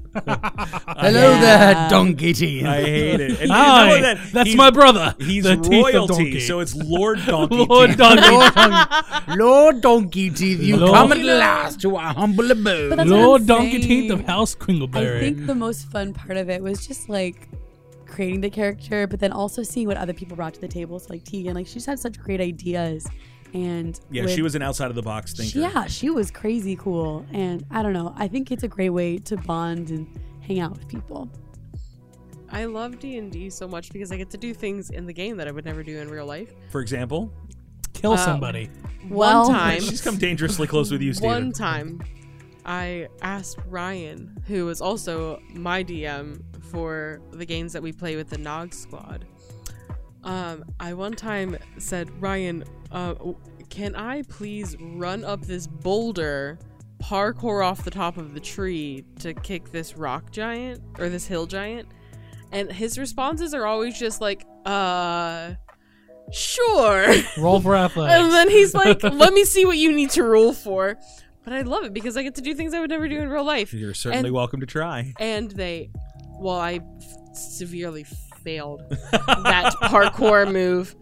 Hello
Yeah.
there, donkey teeth.
I hate it. And
Hi,
you know that
that's
he's-
my brother.
He's
the teeth of
royalty,
donkey.
so it's [laughs] Lord
[laughs]
Donkey
Lord
Teeth.
Donkey.
Lord Donkey Teeth, you
Lord-
come at last to our humble abode.
That's what I'm
Lord Donkey Teeth of
saying.
House
I
Kringleberry.
think the most fun part of it was just like creating the character, but then also seeing what other people brought to the table. So like Tegan, like she just had such great ideas, and
Yeah,
with-
she was an outside of the box thinker.
Yeah, she was crazy cool, and I don't know. I think it's a great way to bond and hang out with people.
I love D and D so much because I get to do things in the game that I would never do in real life.
For example,
Kill
Uh,
somebody.
Well-
one time,
she's come dangerously close with you,
one
Steven.
time, I asked Ryan, who was also my DM for the games that we play with the Nog Squad. Um, I one time said, Ryan, uh, w- can I please run up this boulder, parkour off the top of the tree to kick this rock giant or this hill giant? And his responses are always just like, uh, sure. [laughs]
Roll for
And
athletics.
then he's
[laughs]
like, "Let me see what you need to roll for." But I love it because I get to do things I would never do in real life.
You're certainly
And-
welcome to try.
And they, well, I f- severely
[laughs]
failed that parkour move,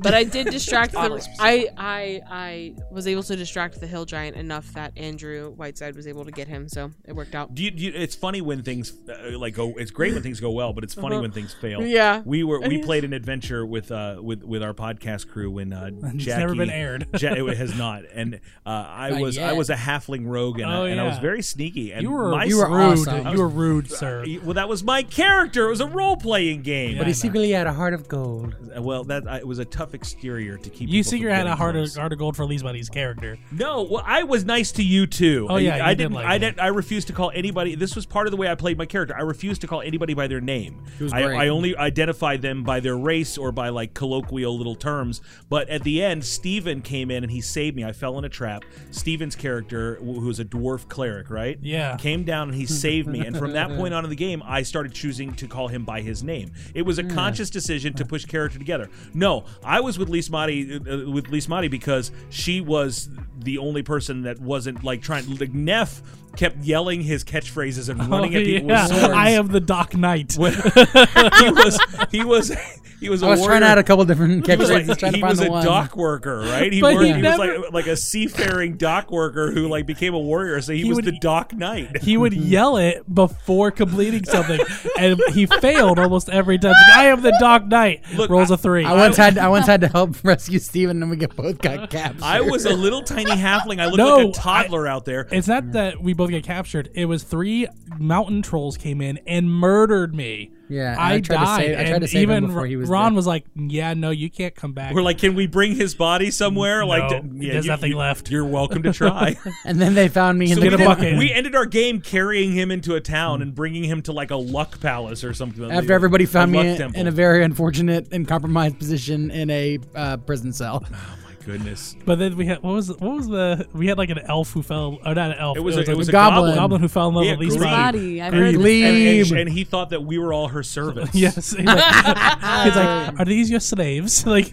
but I did
[laughs]
distract the. I I I was able to distract the hill giant enough that Andrew Whiteside was able to get him, so it worked out.
Do you, do you, it's funny when things uh, like go. It's great when things go well, but it's funny when things fail.
Yeah.
we were we played an adventure with uh with with our podcast crew when uh, Jackie.
[laughs] It's never been aired.
[laughs] Ja- it has not, and uh, I
Not
was I
yet.
was a halfling rogue, and,
Oh,
I, and I was
yeah.
very sneaky. And
you were
my
you were
s-
rude.
awesome.
[laughs]
You were rude, sir.
well, that was my character. It was a role playing game. game.
but he secretly had a heart of gold.
Uh, Well, that I, it was a tough exterior to keep.
You
people
secretly
from
had a
getting
heart of,
close.
heart of gold for Lee's Buddy's character.
No, well, I was nice to you too.
Oh,
I-
yeah, you
I
did
didn't.
like
I
him.
didn't. I refused to call anybody. This was part of the way I played my character. I refused to call anybody by their name.
He was
I,
great.
I only identified them by their race or by like colloquial little terms. But at the end, Steven came in and he saved me. I fell in a trap. Steven's character, wh- who's a dwarf cleric, right?
Yeah.
came down and he saved me. And from
[laughs]
that point on in the game, I started choosing to call him by his name. It was a conscious decision to push character together. No, I was with Lismati uh, with Lismati because she was the only person that wasn't like trying. Like Neff kept yelling his catchphrases and running
[laughs] Oh,
at people
yeah.
with swords. [laughs]
I am the Doc Knight.
he was he was he was. a
I was trying
warrior.
out a couple different
He was,
characters,
like,
trying to
he
find
was
the
a
one.
dock worker, right? He,
[laughs] But
worked,
he
he, was
never-
like like a seafaring dock worker who like became a warrior. So he,
He
was
would- e
the dock knight.
he would yell it before completing something, and he failed almost every time. Like, I am the Doc Knight.
Look,
Rolls
I-
a three.
I once had I once had to help [laughs] rescue Steven and we get both got
[laughs]
captured.
I was
[laughs]
a little tiny halfling. I looked
No,
like a toddler out there.
It's not that we both get captured. It was three mountain trolls came in and murdered me.
Yeah, and
I,
I tried to
died.
save- I tried
and
to save him
even
before he was
Ron
dead.
was like, "Yeah, no, you can't come back."
We're like, can we bring his body somewhere? like,
No, there's nothing left.
You're welcome to
[laughs]
try.
and then they found me
so
in
we,
the
a
did-
bucket. Mm.
we ended our game carrying him into a town and bringing him to like a luck palace or something.
after everybody found
luck
me in,
temple.
in a very unfortunate and compromised position in a uh, prison cell.
My goodness,
but then we had what was what was the we had like an elf who fell. Oh, not an elf.
it was, a, it
like
was a
goblin.
goblin.
goblin who fell in love
Yeah,
with Lee's
Grebe.
body.
Body. I've
Grebe.
heard
Lee-
And, and,
Grebe.
and he thought that we were all her
[laughs]
servants.
Yes. He's like, he's like, are these your slaves? [laughs] Like,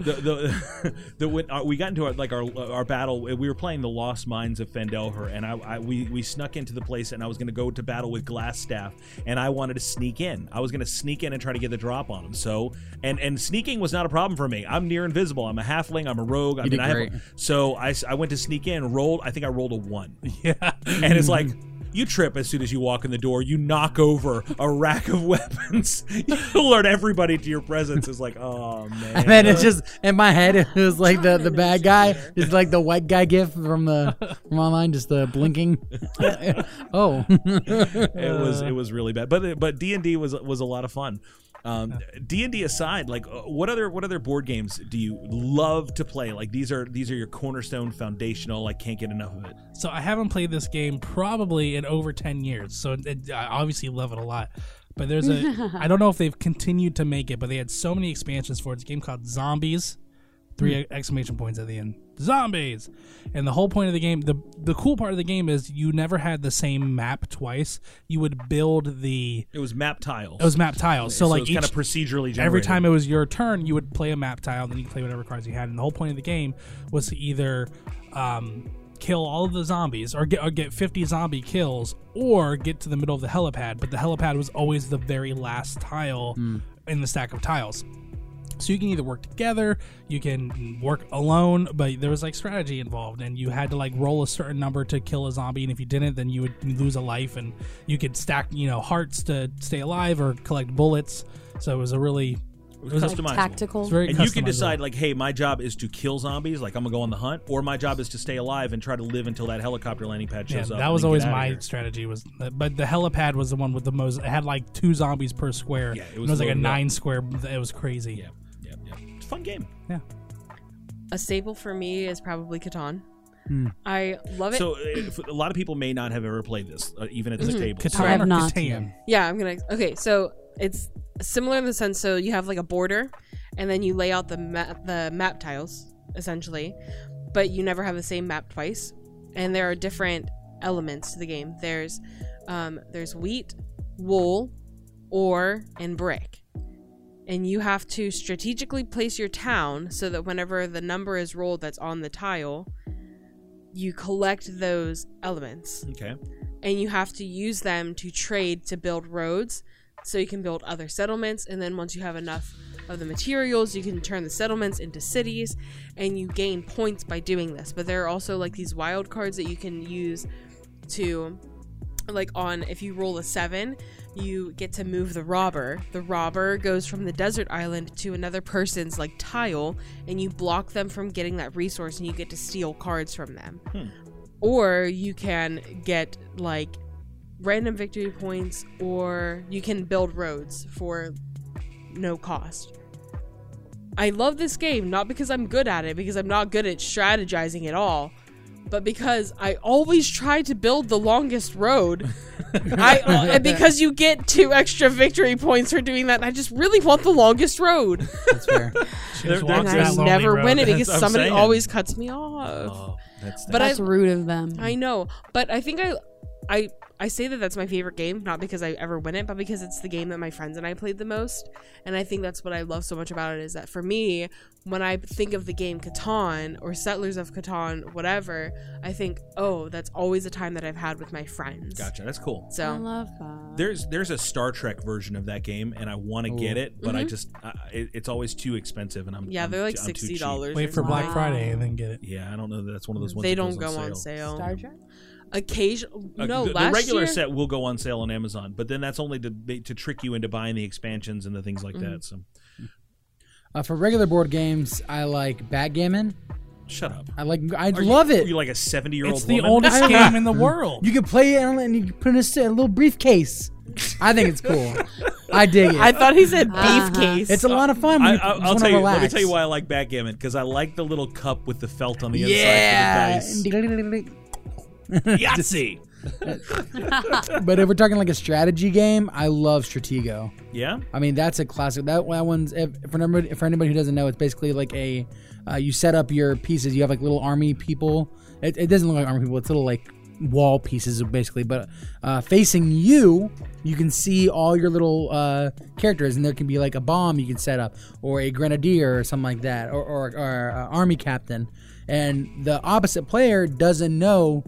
the, the, [laughs] the when, uh, we got into our, like our our battle. uh, We were playing the Lost Mines of Fendelher, and I, I we we snuck into the place, and I was going to go to battle with Glassstaff, and I wanted to sneak in. I was going to sneak in and try to get the drop on him. So and and sneaking was not a problem for me. I'm near invisible. I'm a halfling. I'm a rogue. I
You
mean,
did
I
great.
have. So I s- I went to sneak in, rolled. I think I rolled a one
yeah.
and it's like you trip as soon as you walk in the door you knock over a rack of [laughs] weapons you alert everybody to your presence is like oh man
[laughs] And then it's just in my head it was like the, the bad guy is like the white guy gif from the from online, just the blinking. [laughs] oh. [laughs]
it was
Uh.
it was really bad but but d&d was was a lot of fun um, d&d aside like uh, what other what other board games do you love to play like these are these are your cornerstone foundational i can't get enough of it
So I haven't played this game probably in over 10 years. So it, I obviously love it a lot. But there's a I don't know if they've continued to make it, but they had so many expansions for it. It's a game called Zombies. Three exclamation points at the end. Zombies. And the whole point of the game, the the cool part of the game is you never had the same map twice. You would build the
it was map tiles
it was map tiles. So, like
it's
each,
kind of procedurally generated.
every time it was your turn, you would play a map tile, and then you play whatever cards you had. And the whole point of the game was to either um, kill all of the zombies, or get, or get 50 zombie kills, or get to the middle of the helipad. But the helipad was always the very last tile in the stack of tiles. So you can either work together, you can work alone, but there was like strategy involved, and you had to like roll a certain number to kill a zombie, and if you didn't, then you would lose a life, and you could stack you know hearts to stay alive or collect bullets. So it was a really
it was customizable
Tactical.
it's very
and you can
customizable.
decide like hey my job is to kill zombies like i'm gonna go on the hunt or my job is to stay alive and try to live until that helicopter landing pad
Yeah,
shows up
that
and
was
then
always
get outta
my
here.
strategy was, but the helipad was the one with the most. It had like two zombies per square.
Yeah, it
and
was
like a
loaded up.
nine square. It was crazy.
yeah yeah yeah it's a fun game
A staple for me is probably Catan. I love it.
Hmm. so uh, if- a lot of people may not have ever played this uh, even at this table
Catan
So-
I have
or
not.
Catan?
Yeah, I'm gonna. Okay, so it's similar in the sense. So you have like a border, and then you lay out the ma- the map tiles essentially, but you never have the same map twice. And there are different elements to the game. There's um, there's wheat, wool, ore, and brick. And you have to strategically place your town so that whenever the number is rolled that's on the tile, you collect those elements
okay
and you have to use them to trade to build roads so you can build other settlements and then once you have enough of the materials you can turn the settlements into cities and you gain points by doing this but there are also like these wild cards that you can use to like on if you roll a 7 you get to move the robber the robber goes from the desert island to another person's like tile and you block them from getting that resource and you get to steal cards from them or you can get like random victory points or you can build roads for no cost. I love this game not because I'm good at it, because I'm not good at strategizing at all, but because I always try to build the longest road. I uh, and because you get two extra victory points for doing that. and I just really want the longest road,
That's fair.
There-
walks
and
there's-
that
I
lonely
never
road.
win it
That's
because
what I'm
somebody
saying.
always cuts me off.
Oh, that's
But I-
That's rude of them.
I know, but I think I, I, I say that that's my favorite game, not because I ever win it, but because it's the game that my friends and I played the most. And I think that's what I love so much about it is that for me, when I think of the game Catan or Settlers of Catan, whatever, I think, oh, that's always a time that I've had with my friends.
gotcha. That's cool.
So
I love that.
There's there's a Star Trek version of that game, and I want to get it, but I just uh, it, it's always too expensive, and I'm
Mm-hmm. yeah,
I'm
they're like
t- I'm too
sixty
cheap.
dollars. Mm-hmm.
Wait for Black Friday and then get it.
Yeah, I don't know. That that's one of those ones.
They
that goes
don't go on sale.
Star Trek?
Occasion
Uh,
no
the, the
last
regular
year,
set will go on sale on Amazon, but then that's only to they- to trick you into buying the expansions and the things like that.
Mm-hmm.
So
Uh, for regular board games, I like backgammon.
shut up.
I like. I
Are you-
love
Are
it.
you like a seventy year old?
It's the
woman? [laughs]
oldest game in the world.
You can play it and you can put it in a s- a little briefcase. I think it's cool. I
[laughs]
dig it.
I thought he said beef
Uh-huh.
case.
it's a lot of fun.
I,
When you just
I, will
wanna
tell you.
Relax.
Let me tell you why I like backgammon because I like the little cup with the felt on the
Yeah.
inside for the dice. [laughs] Yahtzee.
[laughs] but if we're talking like a strategy game, I love Stratego.
Yeah.
I mean, that's a classic. That, that one's if, for anybody for anybody who doesn't know, it's basically like a uh, you set up your pieces. You have like little army people. It, it doesn't look like army people. It's little like wall pieces basically, but uh, facing you, you can see all your little uh, characters, and there can be like a bomb you can set up, or a grenadier, or something like that, or or, or uh, army captain. And the opposite player doesn't know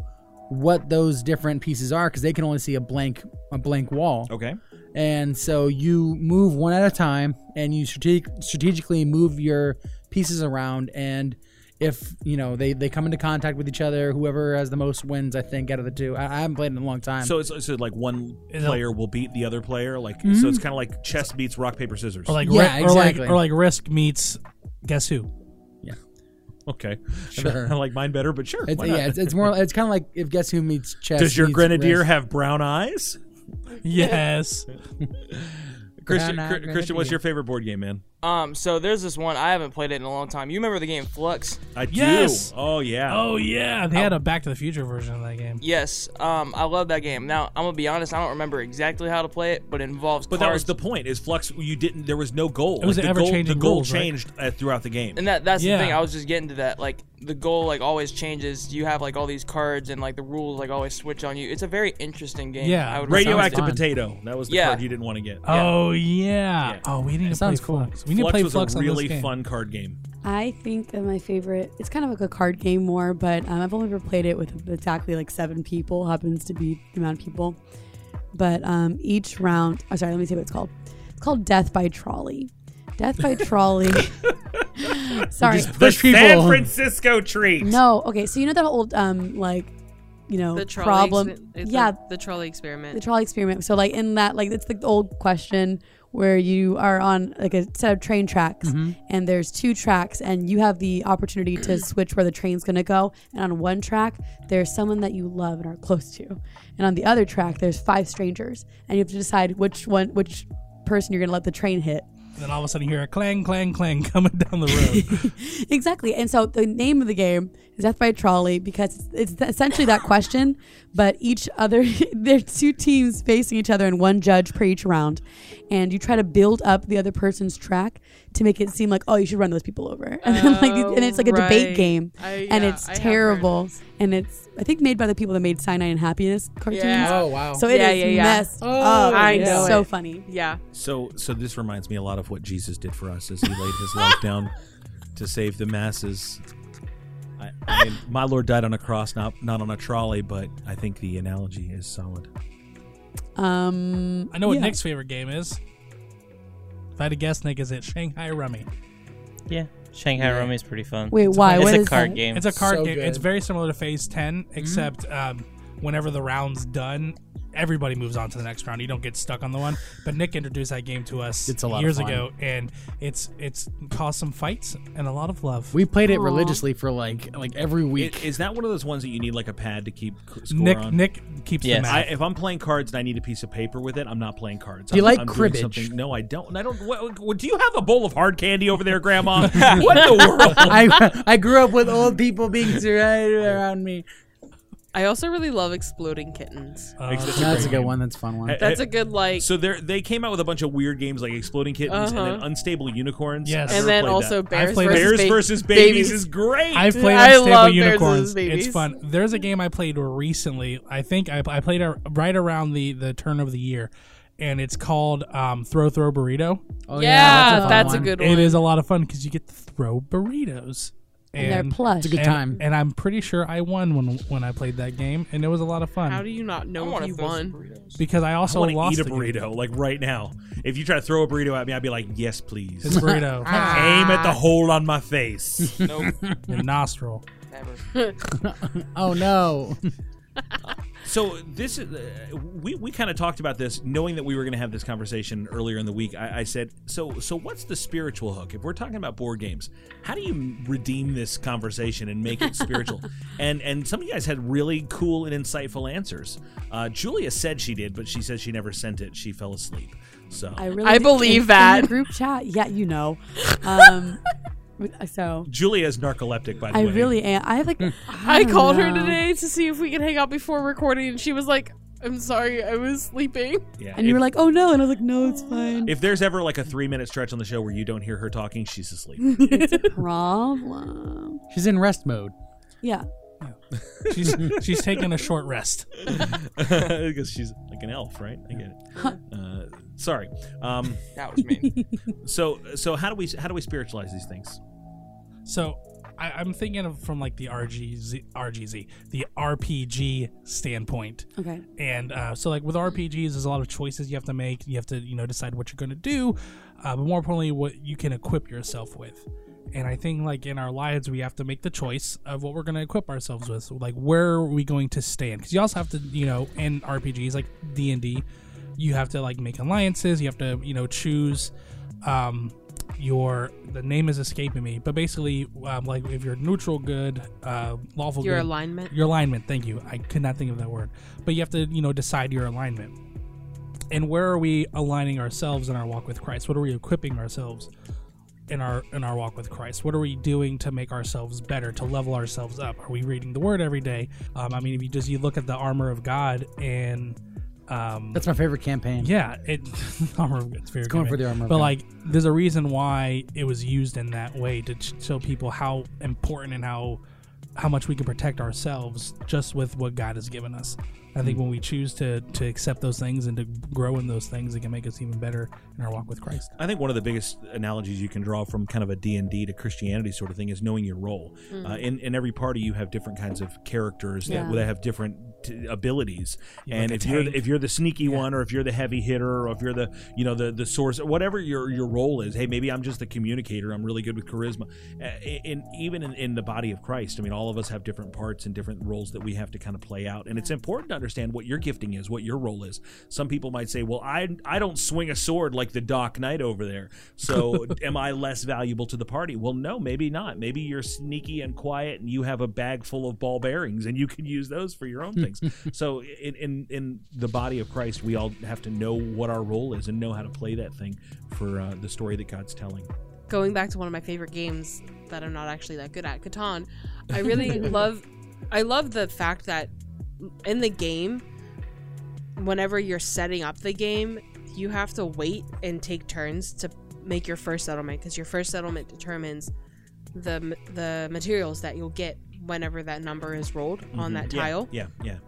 what those different pieces are because they can only see a blank a blank wall.
Okay.
And so you move one at a time and you strate- strategically move your pieces around. And if, you know, they, they come into contact with each other, whoever has the most wins, I think, out of the two. I, I haven't played in a long time.
So it's so like one
Is it-
player will beat the other player. Like so, it's kind of like chess beats rock paper scissors.
Or Oh, like,
Yeah,
ri- or like,
exactly.
or like Risk meets Guess Who?
okay,
Sure.
[laughs] I like mine better, but sure.
it's,
why not?
yeah, it's, it's more, it's kind of like if Guess Who meets Chess.
Does your
meets
grenadier
Risk.
have brown eyes?
Yes.
Christian,
Brown-eyed
Chr- Christian, what's
grenadier.
your favorite board game, man?
Um, so there's this one I haven't played it in a long time. You remember the game Flux?
I do.
Yes!
Oh yeah.
oh yeah, they had a Back to the Future version of that game.
Yes. Um, I love that game. Now I'm gonna be honest, I don't remember exactly how to play it, but it involves
But that was
cards.
the point. Is Flux? You didn't. There was no goal.
It was
Like,
an
the goal, The
ever-changing
goal
goals, right?
changed uh, throughout the game.
and that that's
Yeah.
the thing. I was just getting to that. Like the goal, like always changes. You have like all these cards, and like the rules, like always switch on you. It's a very interesting game.
Yeah.
I would
Radioactive
fun.
potato. That was the
Yeah.
card you didn't want to get.
Oh yeah. Oh, we need to play
sounds cool.
Flux. We need
Flux
to play
was
Flux
a
on this
really
game.
fun card game.
I think that my favorite, it's kind of like a card game more, but um, I've only ever played it with exactly like seven people, happens to be the amount of people. But um, each round, oh, sorry, let me see what it's called. It's called Death by Trolley. Death by Trolley. sorry.
The
Push people.
San Francisco treat.
No, okay, so you know that old, um, like, you know,
the trolley
problem.
exper- it's
yeah,
like the trolley experiment.
the trolley experiment. So like in that, like it's the old question where you are on like a set of train tracks, and there's two tracks, and you have the opportunity to switch where the train's gonna go. And on one track, there's someone that you love and are close to, and on the other track, there's five strangers, and you have to decide which one, which person you're gonna let the train hit.
And then all of a sudden you hear a clang, clang, clang coming [laughs] down the road.
Exactly. And so the name of the game is Death by Trolley because it's it's essentially that question, but each other, [laughs] they're two teams facing each other and one judge per each round. And you try to build up the other person's track to make it seem like, oh, you should run those people over. [laughs] And, then, like,
Oh,
and it's like a debate
right.
game.
I-
and
yeah,
it's
I have heard
terrible.
of this.
And it's, I think, made by the people that made Sinai and Happiness cartoons.
Yeah.
Oh, wow.
So it is
Yeah, yeah, yeah.
messed
Oh,
up.
I
It's
know
so
it.
funny.
Yeah.
So, so this reminds me a lot of what Jesus did for us as he laid his life down to save the masses. I, I mean, my Lord died on a cross, not not on a trolley, but I think the analogy is solid.
Um,
I know what
yeah.
Nick's favorite game is. If I had to guess, Nick, is it Shanghai Rummy?
Yeah, Shanghai Rummy is pretty fun.
Wait,
It's
why?
It's
What
a
is
card
that?
game.
It's a card
So
game.
good. Mm-hmm.
It's very similar to Phase Ten, except um, whenever the round's done, everybody moves on to the next round. You don't get stuck on the one. But Nick introduced that game to us
It's a lot of
years
fun.
ago, and it's it's caused some fights and a lot of love.
We played it religiously for like like every week.
Is that one of those ones that you need like a pad to keep c- score
Nick-
on?
Nick keeps the
yes.
math.
I, if I'm playing cards and I need a piece of paper with it, I'm not playing cards.
Do you
I'm,
like
I'm doing
cribbage?
something- No, I don't. I don't. What, what- do you have a bowl of hard candy over there, Grandma? [laughs] what in the world?
[laughs]
[laughs]
[laughs]
I I grew up with old people being surrounded around me.
I also really love exploding kittens.
That's
That's a
great
good
game.
one. That's a fun one.
Eh,
That's
eh,
a good, like-
Uh, So they they came out with a bunch of weird games like Exploding Kittens
Uh-huh.
and then Unstable Unicorns.
Yes.
I've never
And then
played
also
that.
Bears
I've played
versus
Bears
Ba-
versus
Babies.
babies. is great.
[laughs]
I've played
I love
Unstable
Bears
Unicorns.
as Babies.
It's fun. There's a game I played recently. I think I, I played it right around the, the turn of the year, and it's called um, Throw Throw Burrito.
Oh, yeah, Yeah, that's a fun that's a one. good
It
one.
is a lot of fun because you get to throw burritos.
And they're plush. It's a good
and-
time.
And I'm pretty sure I won when when I played that game, and it was a lot of fun.
How do you not know if you won?
because I
I
also
wanna
lost
eat a
the game.
burrito like right now. If you try to throw a burrito at me, I'd be like, "Yes, please."
It's
[laughs]
burrito.
Ah.
Aim at the hole on my
[laughs]
face. [laughs]
Nope.
Your nostril.
oh
[laughs]
no.
So this is uh, we we kind of talked about this, knowing that we were going to have this conversation earlier in the week. I, I said, so so what's the spiritual hook? If we're talking about board games, how do you redeem this conversation and make it spiritual? And and some of you guys had really cool and insightful answers. Uh, Julia said she did, but she said she never sent it. She fell asleep. So
I really
I
did
believe
in- in the
that.
group chat. Yeah, you
[laughs]
know. Um, so
Julia is narcoleptic, by the
I
way.
really am. I like. I,
I
don't
called her
know.
today to see if we could hang out before recording, and she was like, "I'm sorry, I was sleeping."
Yeah,
and you were
if-
like, "Oh no," and I was like, "No,
[laughs]
it's fine."
If there's ever like a three minute stretch on the show where you don't hear her talking, she's asleep. [laughs]
[laughs] it's a problem.
She's in rest mode.
Yeah.
She's she's taking a short rest.
because she's like an elf, right? I get it. Uh, sorry. Um,
that [laughs] was mean.
so, so how do we how do we spiritualize these things?
So I, I'm thinking of from like the RGZ, RGZ, the RPG standpoint.
Okay.
And uh, so like with RPGs, there's a lot of choices you have to make. You have to you know decide what you're going to do, uh, but more importantly, what you can equip yourself with. And I think like in our lives, we have to make the choice of what we're going to equip ourselves with. So, like where are we going to stand? Because you also have to you know in RPGs like D and D, you have to like make alliances. You have to you know choose um, your the name is escaping me, but basically, um, like if you're neutral good, uh, lawful
Your
good,
alignment?
your alignment. Thank you. I could not think of that word, but you have to you know decide your alignment. And where are we aligning ourselves in our walk with Christ? What are we equipping ourselves in our in our walk with Christ? What are we doing to make ourselves better, to level ourselves up? Are we reading the Word every day? Um, I mean, if you just you look at the armor of God and um,
That's my favorite campaign.
yeah, it [laughs] armor. of- It's very
It's going
good.
for the armor of
But
God.
like, there's a reason why it was used in that way to ch- show people how important and how how much we can protect ourselves just with what God has given us. I
Hmm.
think when we choose to to accept those things and to grow in those things, it can make us even better in our walk with Christ.
I think one of the biggest analogies you can draw from kind of a D&D to Christianity sort of thing is knowing your role.
Mm.
Uh, in, in every party, you have different kinds of characters
Yeah.
that, that have different t- abilities.
Yeah, like
and
a
if you're
tank.
if you're the sneaky one, or if you're the heavy hitter, or if you're the you know the the source, whatever your your role is. Hey, maybe I'm just the communicator. I'm really good with charisma. Uh, and even in, in the body of Christ, I mean, all of us have different parts and different roles that we have to kind of play out. And it's important to understand what your gifting is, what your role is. Some people might say, "Well, I I don't swing a sword like the Doc Knight over there,
[laughs]
so am I less valuable to the party?" Well, no, maybe not. Maybe you're sneaky and quiet, and you have a bag full of ball bearings, and you can use those for your own
[laughs]
things. so, in, in in the body of Christ, we all have to know what our role is and know how to play that thing for uh, the story that God's telling.
Going back to one of my favorite games that I'm not actually that good at, Catan. I really love, I love the fact that in the game, whenever you're setting up the game, you have to wait and take turns to make your first settlement because your first settlement determines the m- the materials that you'll get whenever that number is rolled on
Mhm.
that
Yeah,
tile.
Yeah, yeah.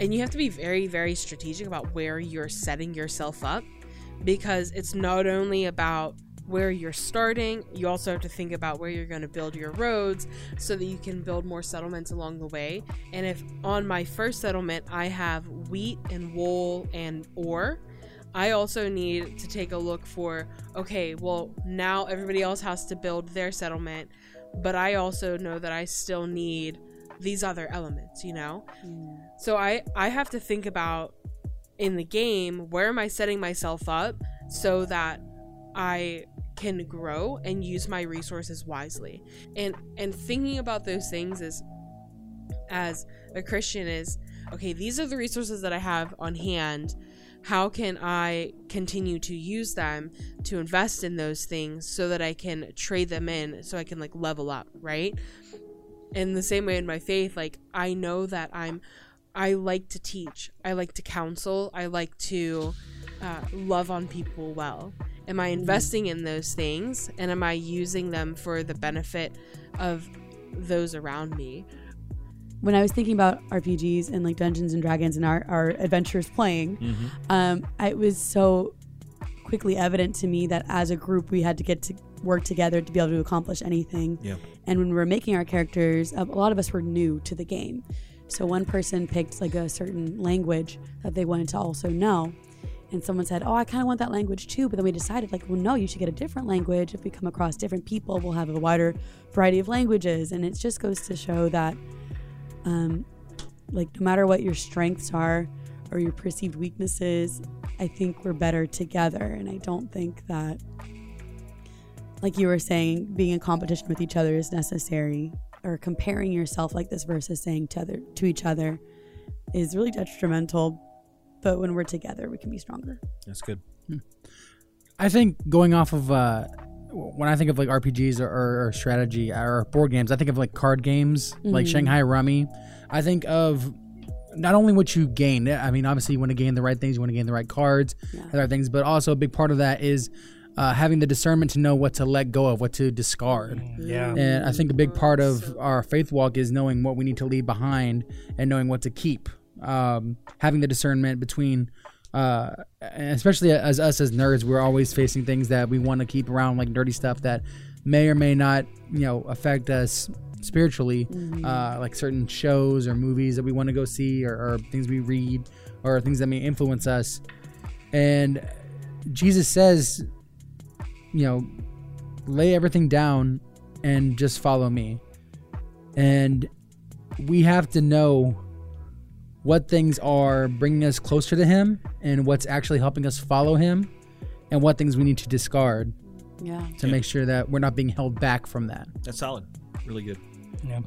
and you have to be very very strategic about where you're setting yourself up because it's not only about where you're starting you also have to think about where you're going to build your roads so that you can build more settlements along the way and if on my first settlement i have wheat and wool and ore i also need to take a look for okay well now everybody else has to build their settlement but i also know that i still need these other elements, you know? So I I have to think about in the game where am I setting myself up so that I can grow and use my resources wisely. And and thinking about those things is as a Christian is okay, these are the resources that I have on hand. How can I continue to use them to invest in those things so that I can trade them in so I can like level up, right? in the same way in my faith like i know that i'm i like to teach i like to counsel i like to uh, love on people well am i investing in those things and am i using them for the benefit of those around me
when I was thinking about RPGs and like Dungeons and Dragons and our, our adventures playing,
Mhm.
um, it was so quickly evident to me that as a group we had to get to work together to be able to accomplish anything.
Yeah.
And when we were making our characters, a a lot of us were new to the game. So one person picked like a certain language that they wanted to also know. And someone said, Oh, I kind of want that language too. But then we decided, like, well, no, you should get a different language. If we come across different people, we'll have a wider variety of languages. And it just goes to show that um, like no matter what your strengths are or your perceived weaknesses i think we're better together and i don't think that like you were saying being in competition with each other is necessary or comparing yourself like this versus saying to other to each other is really detrimental but when we're together we can be stronger
That's good.
I think going off of uh, w- when I think of like RPGs or, or, or strategy uh, or board games, I think of like card games, like
Mhm.
Shanghai Rummy. I think of not only what you gain. I mean, obviously, you want to gain the right things, you want to gain the right cards, and other things, but also a big part of that is uh, having the discernment to know what to let go of, what to discard.
Yeah.
And I think a big part of our faith walk is knowing what we need to leave behind and knowing what to keep. Um, having the discernment between, uh, and especially as us as nerds, we're always facing things that we want to keep around, like dirty stuff that may or may not, you know, affect us spiritually, uh, like certain shows or movies that we want to go see or, or things we read or things that may influence us. And Jesus says, you know, lay everything down and just follow me. And we have to know what things are bringing us closer to him and what's actually helping us follow him and what things we need to discard
yeah
to make sure that we're not being held back from that.
That's solid. Really good.
Yeah.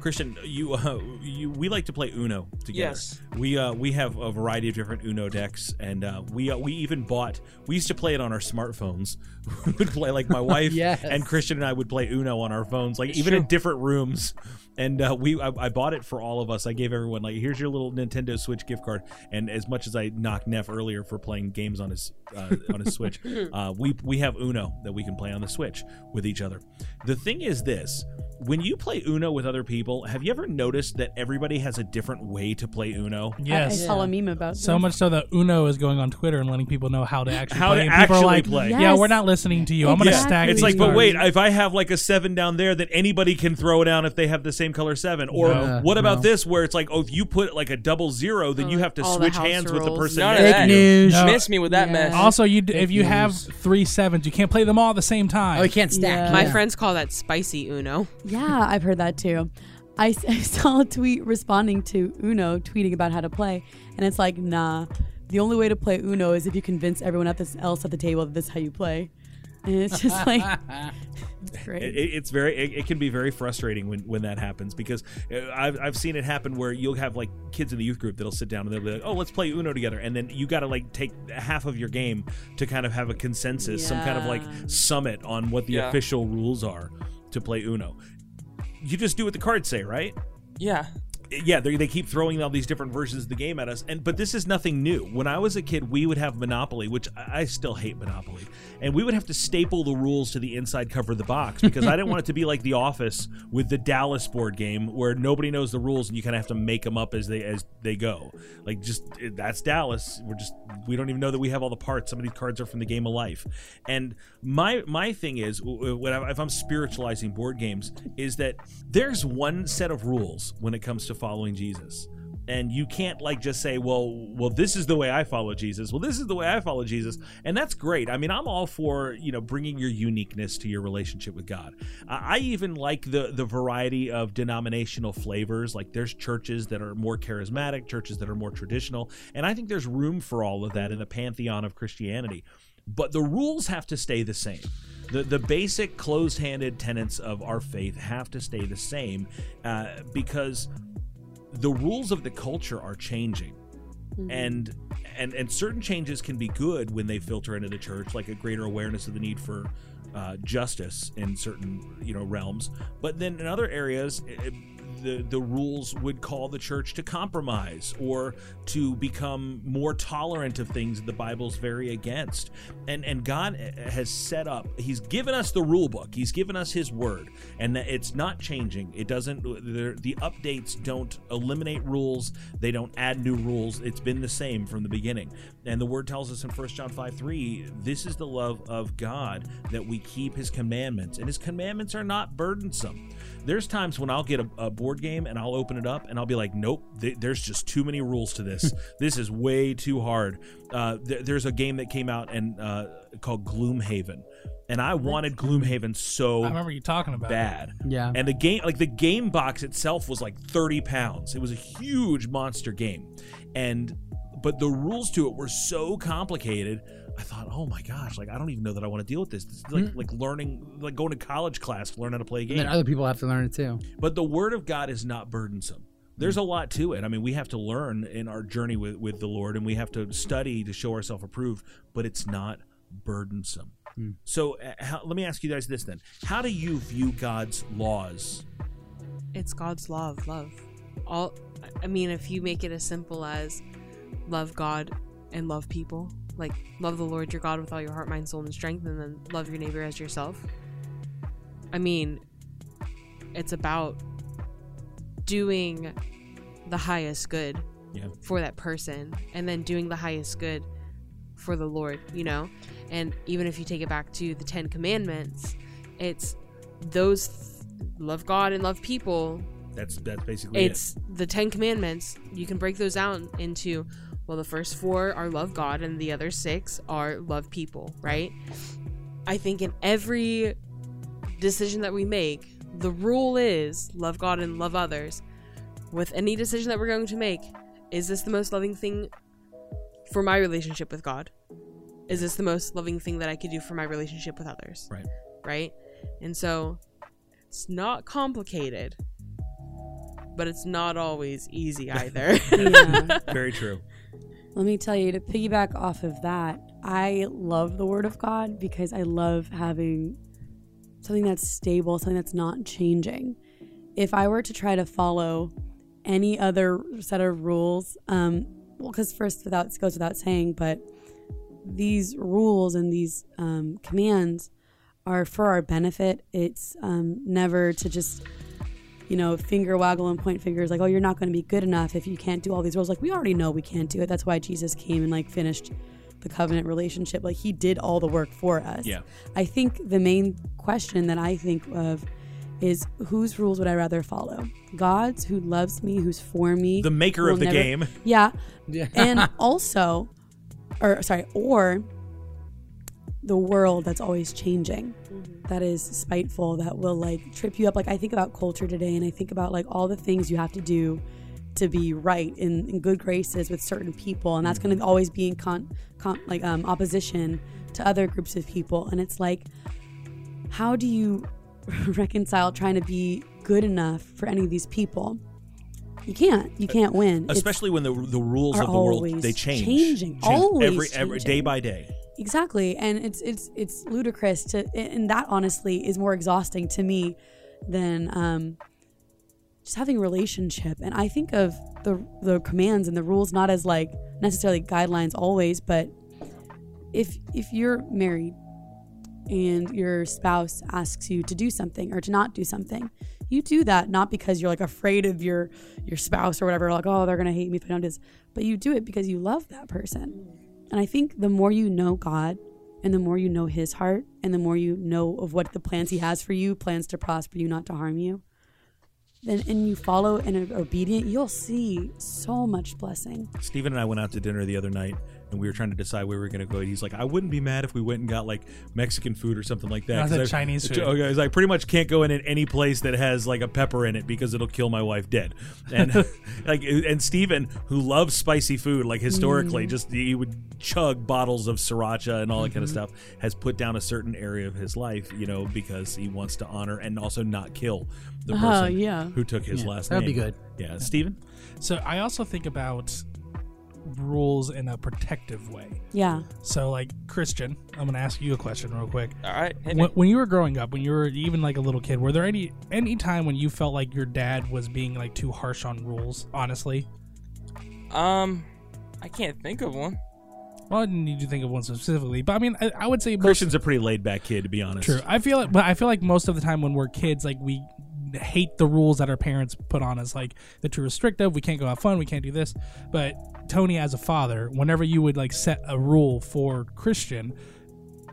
Christian, you, uh, you we like to play Uno together.
Yes.
We uh, we have a variety of different Uno decks, and uh, we uh, we even bought. We used to play it on our smartphones. [laughs] we would play like my wife
Yes.
and Christian and I would play Uno on our phones, like
It's
even in
true.
different rooms. And uh, we I, I bought it for all of us. I gave everyone like here's your little Nintendo Switch gift card. And as much as I knocked Neff earlier for playing games on his uh, on his Switch, uh, we we have Uno that we can play on the Switch with each other. The thing is this: when you play Uno with other people, have you ever noticed that everybody has a different way to play Uno?
Yes.
i, I saw a meme about
So
this.
much so that Uno is going on Twitter and letting people know how to actually
How
play.
to
and people
actually
are like,
play.
Yeah,
Yes.
we're not listening to you. I'm gonna
Yeah.
stack.
It's
these
like, but
cards."
wait, if I have like a seven down there, that anybody can throw down if they have the same color seven. Or
No,
what about
no.
this, where it's like, oh, if you put like a double zero, then you have to
Oh, all the
switch
house
hands with the
rules.
person.
None
next
of
to
that.
you.
News. Miss me with that Yeah. mess.
Also, you d-
Fake
if you have three sevens, you can't play them all at the same time.
Oh, you can't stack.
my friends call that spicy uno
Yeah, I've heard that too. I, s- [laughs] I saw a tweet responding to Uno tweeting about how to play, and it's like, nah, the only way to play Uno is if you convince everyone at this- else at the table that this is how you play. And it's just like, [laughs] it's great.
It, it- it's very. It, it can be very frustrating when when that happens because uh, I've I've seen it happen where you'll have like kids in the youth group that'll sit down and they'll be like, oh, let's play Uno together, and then you got to like take half of your game to kind of have a consensus, some kind of like summit on what the
Yeah.
official rules are to play Uno. You just do what the cards say, right?
Yeah.
yeah they, they keep throwing all these different versions of the game at us and but this is nothing new when i was a kid we would have monopoly which i I still hate monopoly and we would have to staple the rules to the inside cover of the box because i didn't want it to be like the office with the dallas board game where nobody knows the rules and you kind of have to make them up as they as they go like just eh, that's dallas we're just we don't even know that we have all the parts some of these cards are from the game of life and my my thing is w- w- when I, if i'm spiritualizing board games is that there's one set of rules when it comes to following Jesus. and you can't like just say, well, well, this is the way I follow Jesus. Well, this is the way I follow Jesus, and that's great. I mean, I'm all for you know bringing your uniqueness to your relationship with God. I, I even like the the variety of denominational flavors. Like there's churches that are more charismatic, churches that are more traditional, and I think there's room for all of that in the pantheon of Christianity. But the rules have to stay the same. The, the basic closed handed tenets of our faith have to stay the same uh, because the rules of the culture are changing and and and certain changes can be good when they filter into the church like a greater awareness of the need for uh, justice in certain you know realms but then in other areas it, it- the, the rules would call the church to compromise or to become more tolerant of things that the Bible's very against. And and God eh, has set up, He's given us the rule book, He's given us His word, and that it's not changing. It doesn't, the the updates don't eliminate rules, they don't add new rules. It's been the same from the beginning. And the word tells us in 1 John 5 3, this is the love of God that we keep His commandments, and His commandments are not burdensome. There's times when I'll get a, a board game and I'll open it up and I'll be like, nope, th- there's just too many rules to
[laughs]
this. this is way too hard. Uh, th- there's a game that came out and uh, called Gloomhaven, and I wanted Gloomhaven so
I remember you talking about it.
bad.
Yeah.
And the game, like the game box itself, was like 30 pounds. It was a huge monster game, and but the rules to it were so complicated. I thought, oh my gosh, like I don't even know that I want to deal with this. This is like like learning, like going to college class to learn how to play a game.
Mm. And then other people have to learn it too.
But the word of God is not burdensome. There's a lot to it. I mean, we have to learn in our journey with, with the Lord and we have to study to show ourselves approved, but it's not burdensome. So uh, how, let me ask you guys this then. How do you view God's laws?
It's God's law of love. All I mean, if you make it as simple as love God and love people, like love the Lord your God with all your heart, mind, soul, and strength, and then love your neighbor as yourself. I mean, it's about doing the highest good
Yeah.
for that person and then doing the highest good for the Lord, you know? And even if you take it back to the 10 commandments, it's those th- love God and love people.
That's that's basically it.
It's the 10 commandments. You can break those down into well, the first four are love God and the other six are love people, right? I think in every decision that we make, the rule is love God and love others. With any decision that we're going to make, is this the most loving thing for my relationship with God? Is this the most loving thing that I could do for my relationship with others?
Right.
Right? And so it's not complicated, but it's not always easy either.
uh,
[laughs] Very true.
Let me tell you, to piggyback off of that, I love the Word of God because I love having something that's stable, something that's not changing. If I were to try to follow any other set of rules, um, well, because first, without it goes without saying, but these rules and these um, commands are for our benefit. It's um, never to just you know, finger waggle and point fingers like, oh, you're not going to be good enough if you can't do all these rules. Like, we already know we can't do it. That's why Jesus came and like finished the covenant relationship. Like, he did all the work for us.
Yeah.
I think the main question that I think of is whose rules would I rather follow? God's, who loves me, who's for me,
The maker
will
of the game.
Yeah.
Yeah.
and also, or sorry, or the world that's always changing that is spiteful that will like trip you up like i think about culture today and i think about like all the things you have to do to be right in, in good graces with certain people and that's going to always be in con, con like um, opposition to other groups of people and it's like how do you [laughs] reconcile trying to be good enough for any of these people you can't you can't win It's-
Especially when the the rules
are
of the world
always
they change.
changing, always
every, every
changing.
day by day.
Exactly, and it's it's it's ludicrous to, and that honestly is more exhausting to me than um, just having a relationship. And I think of the the commands and the rules not as like necessarily guidelines always, but if if you're married and your spouse asks you to do something or to not do something, you do that not because you're like afraid of your your spouse or whatever, like oh they're gonna hate me if I don't do this, but you do it because you love that person. And I think the more you know God and the more you know His heart and the more you know of what the plans He has for you, plans to prosper you, not to harm you, and, and you follow and are obedient, you'll see so much blessing.
Steven and I went out to dinner the other night and we were trying to decide where we were going to go. And he's like, I wouldn't be mad if we went and got like Mexican food or something like that.
I
'cause
said Chinese food.
Okay, I was like, pretty much can't go in at any place that has like a pepper in it because it'll kill my wife dead. And [laughs] like, and Steven, who loves spicy food, like historically,
Mm.
just he would chug bottles of sriracha and all that kind of
Mhm.
stuff, has put down a certain area of his life, you know, because he wants to honor and also not kill the
Oh,
person
yeah.
who took his
Yeah,
last
that'd
name.
be good.
Yeah, Steven?
So I also think about rules in a protective way.
Yeah.
So like Christian, I'm gonna ask you a question real quick.
All right. hit
When,
it.
when you were growing up, when you were even like a little kid, were there any any time when you felt like your dad was being like too harsh on rules? Honestly,
Um, I can't think of one.
well, I didn't need to think of one specifically, but I mean, I, I would say most,
Christian's a pretty laid back kid, to be honest.
True. I feel it, but I feel like most of the time when we're kids, like we hate the rules that our parents put on us, like they're too restrictive. We can't go have fun. We can't do this. But Tony, as a father, whenever you would like set a rule for Christian.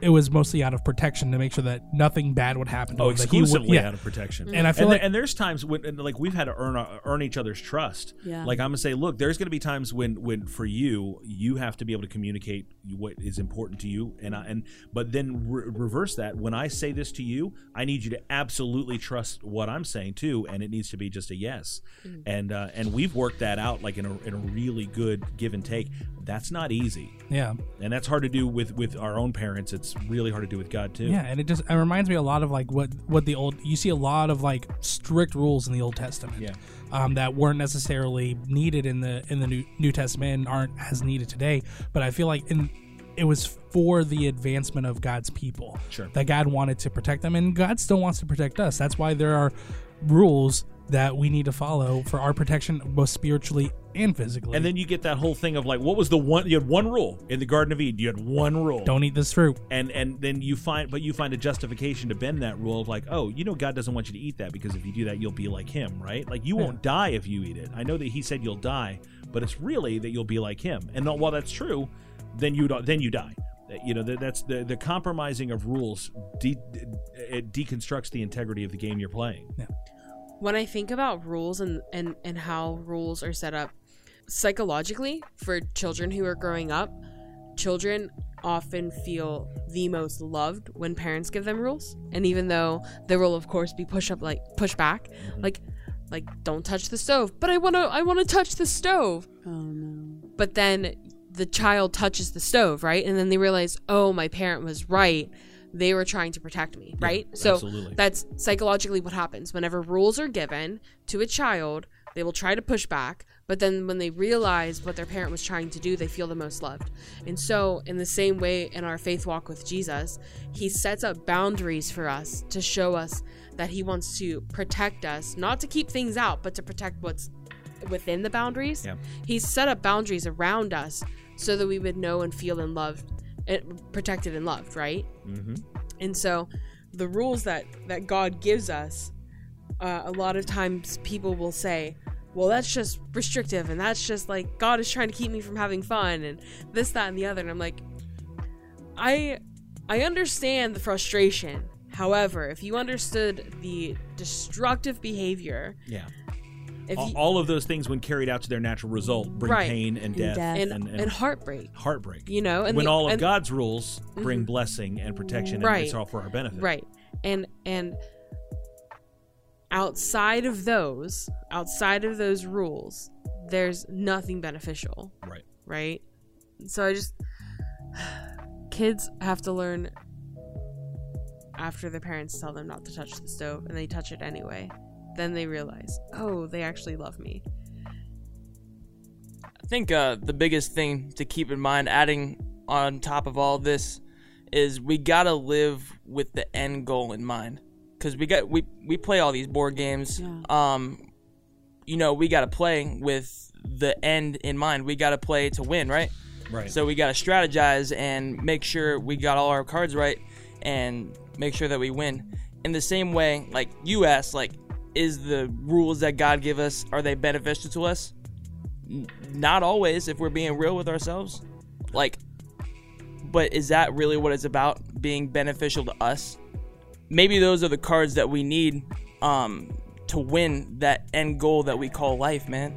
It was mostly out of protection to make sure that nothing bad would happen to
Oh,
him. Like, he would-
exclusively
yeah.
out of protection.
And I
Mm-hmm.
feel
and,
like
the- and there's times when and, like we've had to earn our, earn each other's trust.
Yeah.
Like I'm gonna say, look, there's gonna be times when when for you you have to be able to communicate what is important to you, and I, and but then re- reverse that. When I say this to you, I need you to absolutely trust what I'm saying too, and it needs to be just a yes.
Mm.
And uh, and we've worked that out like in a in a really good give and take. That's not easy.
Yeah.
And that's hard to do with with our own parents. It's really hard to do with God too.
Yeah, and it just it reminds me a lot of like what what the old you see a lot of like strict rules in the Old Testament.
Yeah.
Um, that weren't necessarily needed in the in the New New Testament and aren't as needed today. But I feel like in it was for the advancement of God's people.
Sure.
That God wanted to protect them and God still wants to protect us. That's why there are rules that we need to follow for our protection both spiritually and physically.
And then you get that whole thing of like, what was the one? You had one rule in the Garden of Eden. You had one rule.
Don't eat this fruit.
And and then you find, but you find a justification to bend that rule of like, oh, you know, God doesn't want you to eat that because if you do that, you'll be like Him, right? Like you
Yeah.
won't die if you eat it. I know that He said you'll die, but it's really that you'll be like Him. And while that's true, then you don't- then you die. You know that- that's the the compromising of rules. De- it deconstructs the integrity of the game you're playing.
when I think about rules and, and, and how rules are set up psychologically for children who are growing up, children often feel the most loved when parents give them rules. And even though there will of course be push up like push back, like like don't touch the stove, but I wanna I wanna touch the stove.
Oh no.
But then the child touches the stove, right? And then they realize, oh, my parent was right. They were trying to protect me, right? So
absolutely.
that's psychologically what happens. Whenever rules are given to a child, they will try to push back. But then when they realize what their parent was trying to do, they feel the most loved. And so, in the same way, in our faith walk with Jesus, he sets up boundaries for us to show us that he wants to protect us, not to keep things out, but to protect what's within the boundaries.
Yeah.
He's set up boundaries around us so that we would know and feel and loved, and protected and loved, right?
Mm-hmm.
And so, the rules that that God gives us, uh, a lot of times people will say, "Well, that's just restrictive, and that's just like God is trying to keep me from having fun, and this, that, and the other." And I'm like, I I understand the frustration. However, if you understood the destructive behavior,
Yeah.
if
all,
you,
all of those things, when carried out to their natural result, bring
Right.
pain and,
And
death,
death. And- and heartbreak.
Heartbreak.
You know, and
when
the-
all of
and-
God's rules bring
Mhm.
blessing and protection, and it's all for our benefit.
Right. And and outside of those, outside of those rules, there's nothing beneficial.
Right.
Right? So I just [sighs] kids have to learn after their parents tell them not to touch the stove and they touch it anyway. Then they realize, "Oh, they actually love me."
I think uh, the biggest thing to keep in mind, adding on top of all this, is we gotta live with the end goal in mind. Cause we got we we play all these board games. Um, you know we gotta play with the end in mind. We gotta play to win, right?
Right.
So we gotta strategize and make sure we got all our cards right and make sure that we win. In the same way, like you asked, like is the rules that God give us are they beneficial to us? N- not always if we're being real with ourselves like but is that really what it's about being beneficial to us maybe those are the cards that we need um to win that end goal that we call life, man.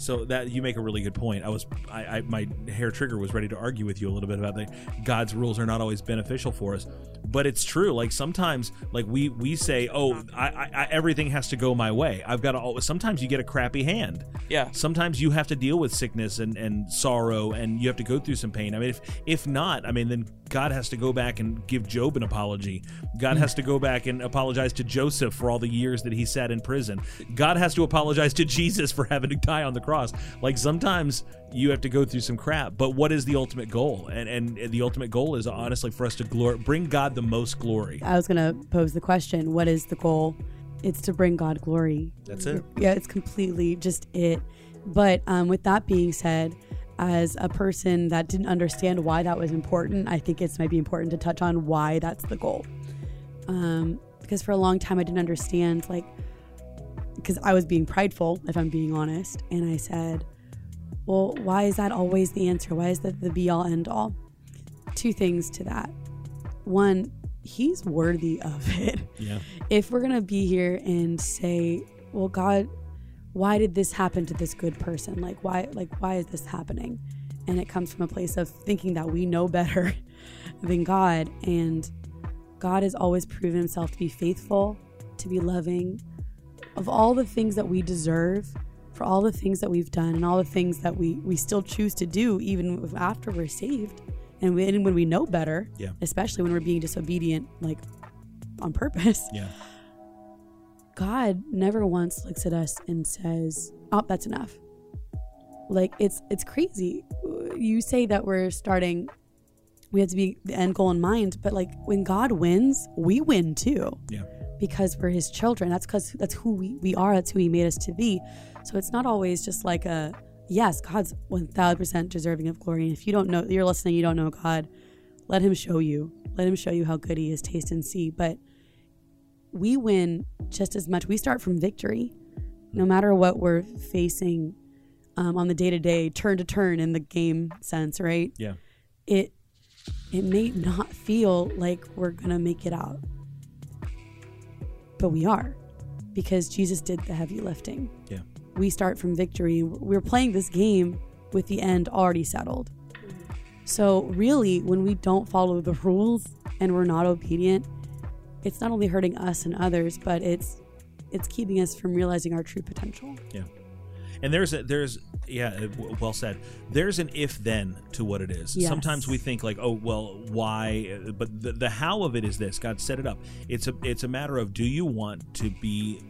So that you make a really good point. I was, I, I, my hair trigger was ready to argue with you a little bit about that. God's rules are not always beneficial for us, but it's true. Like sometimes, like we we say, oh, I, I, I everything has to go my way. I've got to. always Sometimes you get a crappy hand.
Yeah.
Sometimes you have to deal with sickness and and sorrow, and you have to go through some pain. I mean, if if not, I mean, then God has to go back and give Job an apology. God has to go back and apologize to Joseph for all the years that he sat in prison. God has to apologize to Jesus for having to die on the cross. Like sometimes you have to go through some crap, but what is the ultimate goal? And and the ultimate goal is honestly for us to glor- bring God the most glory.
I was going to pose the question what is the goal? It's to bring God glory.
That's it.
Yeah, it's completely just it. But um, with that being said, as a person that didn't understand why that was important, I think it's maybe important to touch on why that's the goal. Um, because for a long time, I didn't understand, like, because I was being prideful, if I'm being honest. And I said, well, why is that always the answer? Why is that the be all end all? Two things to that. One, he's worthy of it.
Yeah.
If we're going to be here and say, well, God, why did this happen to this good person? Like, why, like, why is this happening? And it comes from a place of thinking that we know better [laughs] than God. And God has always proven himself to be faithful, to be loving, of all the things that we deserve for all the things that we've done and all the things that we we still choose to do even after we're saved and when, and when we know better
Yeah.
especially when we're being disobedient like on purpose
Yeah.
god never once looks at us and says oh that's enough like it's it's crazy you say that we're starting we have to be the end goal in mind but like when god wins we win too
Yeah.
because we're his children. That's because that's who we, we are. That's who he made us to be. So it's not always just like a yes, God's 1000% deserving of glory. And if you don't know, you're listening, you don't know God, let him show you. Let him show you how good he is, taste and see. But we win just as much. We start from victory, no matter what we're facing um, on the day to day, turn to turn in the game sense, right?
Yeah.
It it may not feel like we're gonna make it out, but we are because Jesus did the heavy lifting.
Yeah.
We start from victory. We're playing this game with the end already settled. So, really, when we don't follow the rules and we're not obedient, it's not only hurting us and others, but it's it's keeping us from realizing our true potential.
Yeah. And there's a there's yeah, uh, w- well said. There's an if then to what it is.
Yes.
Sometimes we think like, oh well, why? Uh, But the, the how of it is this. God set it up. It's a it's a matter of do you want to be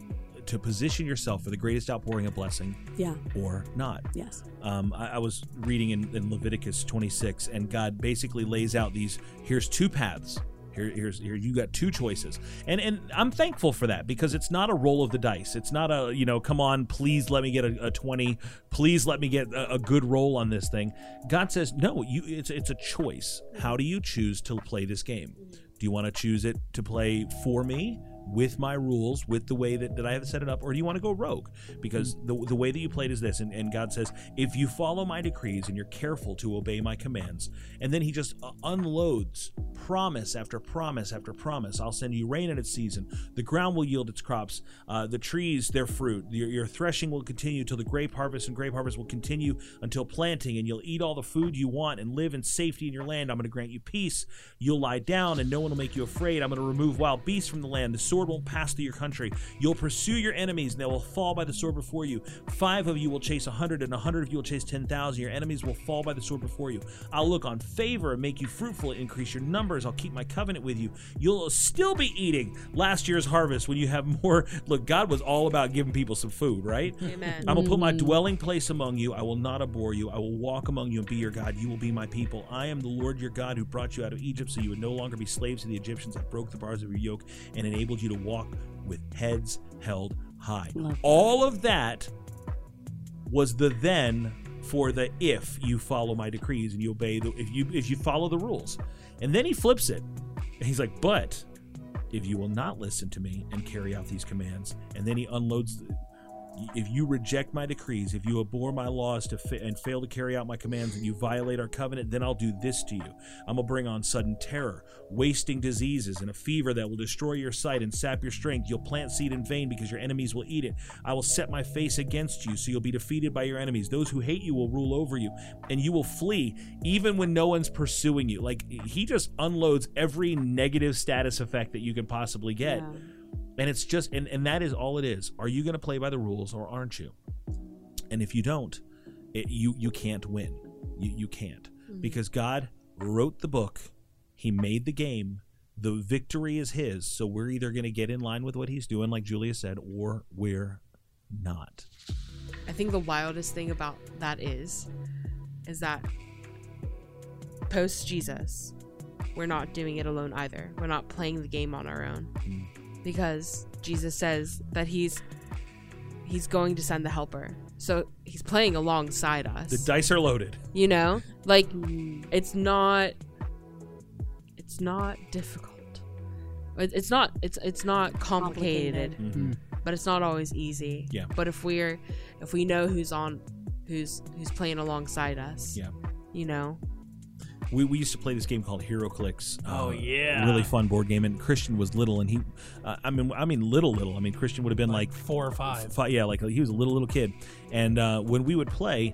to position yourself for the greatest outpouring of blessing
Yeah.
or not.
Yes.
Um, I, I was reading in, in Leviticus 26, and God basically lays out these. Here's two paths. Here, here's here. You got two choices, and and I'm thankful for that because it's not a roll of the dice. It's not a you know, come on, please let me get a, a 20. Please let me get a, a good roll on this thing. God says no. You, it's it's a choice. How do you choose to play this game? Do you want to choose it to play for me? with my rules, with the way that, that I have set it up, or do you want to go rogue? Because the, the way that you played is this, and, and God says, if you follow my decrees and you're careful to obey my commands, and then he just uh, unloads promise after promise after promise. I'll send you rain in its season, the ground will yield its crops, uh, the trees their fruit, your, your threshing will continue till the grape harvest, and grape harvest will continue until planting, and you'll eat all the food you want and live in safety in your land. I'm going to grant you peace. You'll lie down, and no one will make you afraid. I'm going to remove wild beasts from the land. The sword won't pass through your country. You'll pursue your enemies, and they will fall by the sword before you. Five of you will chase a hundred, and a hundred of you will chase ten thousand. Your enemies will fall by the sword before you. I'll look on favor and make you fruitful, increase your numbers. I'll keep my covenant with you. You'll still be eating last year's harvest when you have more. [laughs] Look, God was all about giving people some food, right?
Amen.
I'm going to put my
Mm.
Mhm.
dwelling place among you. I will not abhor you. I will walk among you and be your God. You will be my people. I am the Lord your God who brought you out of Egypt so you would no longer be slaves to the Egyptians. I broke the bars of your yoke and enabled you to walk with heads held high.
Love that.
All of that was the then for the if you follow my decrees and you obey the if you if you follow the rules. And then he flips it. And he's like, "But if you will not listen to me and carry out these commands." And then he unloads if you reject my decrees, if you abhor my laws to fa- and fail to carry out my commands, and you violate our covenant, then I'll do this to you. I'm gonna bring on sudden terror, wasting diseases, and a fever that will destroy your sight and sap your strength. You'll plant seed in vain because your enemies will eat it. I will set my face against you, so you'll be defeated by your enemies. Those who hate you will rule over you, and you will flee even when no one's pursuing you. Like he just unloads every negative status effect that you can possibly get. And it's just and, and that is all it is. Are you gonna play by the rules or aren't you? And if you don't, it, you you can't win. You you can't.
Hmm.
Mhm.
Because God wrote the book, he made the game, the victory is his. So we're either gonna get in line with what he's doing, like Julia said, or we're not.
I think the wildest thing about that is, is that post Jesus, we're not doing it alone either. We're not playing the game on our own because Jesus says that he's he's going to send the helper. So he's playing alongside us.
The dice are loaded.
You know? Like it's not it's not difficult. It- It's not it's it's not complicated. Mm-hmm.
Complicated. Mhm.
But it's not always easy.
Yeah.
But if we're if we know who's on who's who's playing alongside us.
Yeah.
You know?
we, we used to play this game called Hero Clicks. uh,
Oh, yeah.
really fun board game. And Christian was little, and he, uh, I mean, I mean little, little. I mean Christian would have been like,
four or five.
fi- yeah, like he was a little, little kid. And uh, when we would play,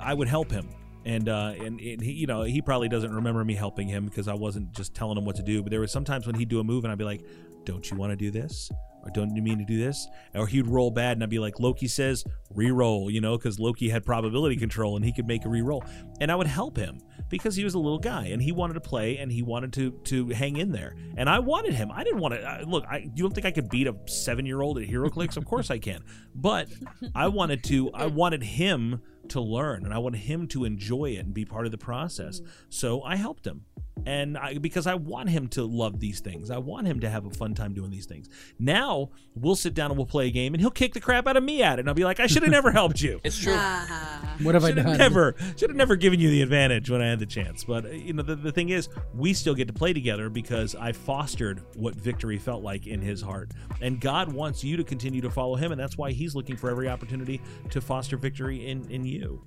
I would help him. And, uh, and and he, you know he probably doesn't remember me helping him because I wasn't just telling him what to do. But there was sometimes when he'd do a move and I'd be like, "Don't you want to do this?" or "Don't you mean to do this?" Or he'd roll bad and I'd be like, "Loki says re-roll," you know, because Loki had probability control and he could make a re-roll. And I would help him because he was a little guy and he wanted to play and he wanted to to hang in there. And I wanted him. I didn't want to I, look. I you don't think I could beat a seven year old at HeroClix? of course I can. But I wanted to. I wanted him to learn and I wanted him to enjoy it and be part of the process.
Mm-hmm.
So I helped him. And I, because I want him to love these things, I want him to have a fun time doing these things. Now we'll sit down and we'll play a game, and he'll kick the crap out of me at it. And I'll be like, I should have
[laughs]
never helped you.
It's true.
What have I
Should've
done?
Never should have never given you the advantage when I had the chance. But uh, you know, the, the thing is, we still get to play together because I fostered what victory felt like in his heart, and God wants you to continue to follow Him, and that's why He's looking for every opportunity to foster victory in in you.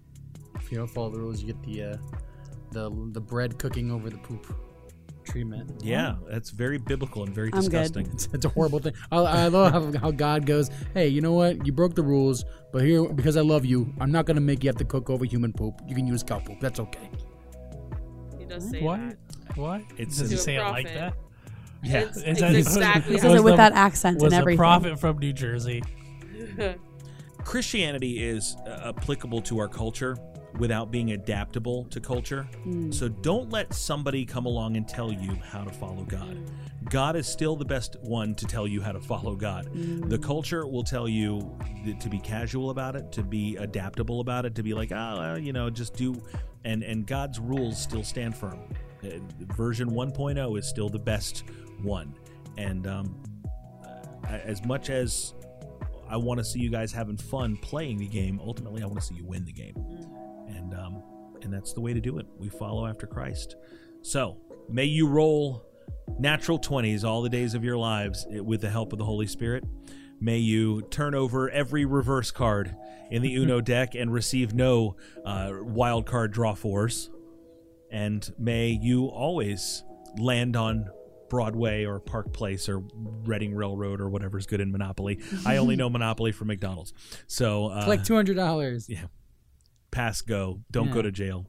If you don't follow the rules, you get the uh, the the bread cooking over the poop treatment.
Yeah, that's very biblical and very
I'm good.
disgusting.
[laughs] It's a horrible thing. I, I love how, how God goes, "Hey, you know what? You broke the rules, but here because I love you, I'm not gonna make you have to cook over human poop. You can use cow poop. That's okay."
He does say
What?
that.
What?
It's
Does
to
he
a
say it like
prophet.
that?
Yeah.
It's- it's exactly
He says it with that accent and
was a
everything.
prophet from New Jersey.
Christianity is uh, applicable to our culture without being adaptable to culture.
Mm.
So don't let somebody come along and tell you how to follow God. God is still the best one to tell you how to follow God.
Mm.
The culture will tell you th- to be casual about it, to be adaptable about it, to be like, ah, well, you know, just do. And and God's rules still stand firm. Uh, Version 1.0 is still the best one. And um, I- as much as I want to see you guys having fun playing the game, ultimately I want to see you win the game, and um, and that's the way to do it. We follow after Christ. So may you roll natural twenties all the days of your lives eh, with the help of the Holy Spirit. May you turn over every reverse card in the
[laughs]
Uno deck and receive no uh, wild card draw fours. And may you always land on Broadway or Park Place or Reading Railroad or whatever's good in Monopoly. I
[laughs]
only know Monopoly from McDonald's. So uh,
It's like two hundred dollars.
Yeah. pass go don't go
Yeah.
to jail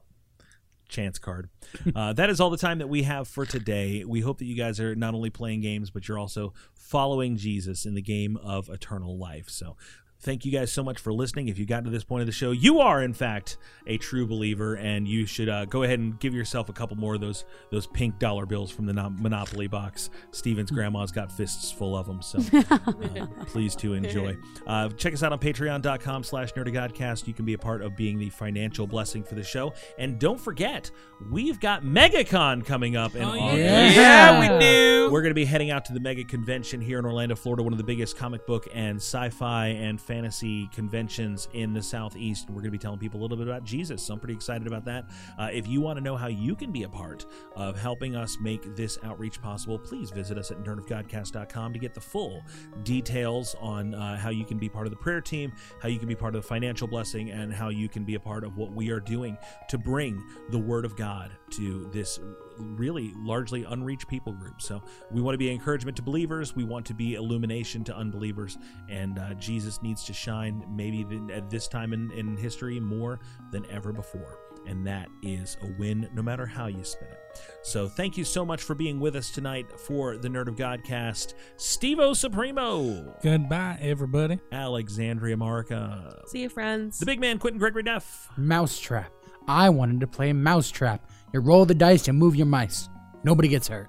chance card uh, [laughs] that is all the time that we have for today we hope that you guys are not only playing games but you're also following jesus in the game of eternal life so thank you guys so much for listening if you got to this point of the show you are in fact a true believer and you should uh, go ahead and give yourself a couple more of those those pink dollar bills from the non- monopoly box steven's grandma's got fists full of them so uh, please to enjoy uh, check us out on patreon.com slash nerdygodcast. You can be a part of being the financial blessing for the show. And don't forget, we've got MegaCon coming up in August.
yeah. Yeah, we
do. We're going to be heading out to the Mega Convention here in Orlando, Florida, one of the biggest comic book and sci-fi and fantasy conventions in the Southeast. And we're going to be telling people a little bit about Jesus. So I'm pretty excited about that. Uh, if you want to know how you can be a part of helping us make this outreach possible, please visit us at nerdofgodcast.com to get the full details on uh, how you can be part of the prayer team, how you can be part of the financial blessing, and how you can be a part of what we are doing to bring the Word of God to this really largely unreached people group. So we want to be encouragement to believers. We want to be illumination to unbelievers. And uh, Jesus needs to shine maybe th- at this time in, in history more than ever before. And that is a win no matter how you spin it. So thank you so much for being with us tonight for the Nerd of Godcast. Stevo Supremo.
Goodbye, everybody.
Alexandria Marica.
See you, friends.
The big man, Quentin Gregory Duff.
[laughs] Mousetrap. I wanted to play Mousetrap. You roll the dice and move your mice. Nobody gets hurt.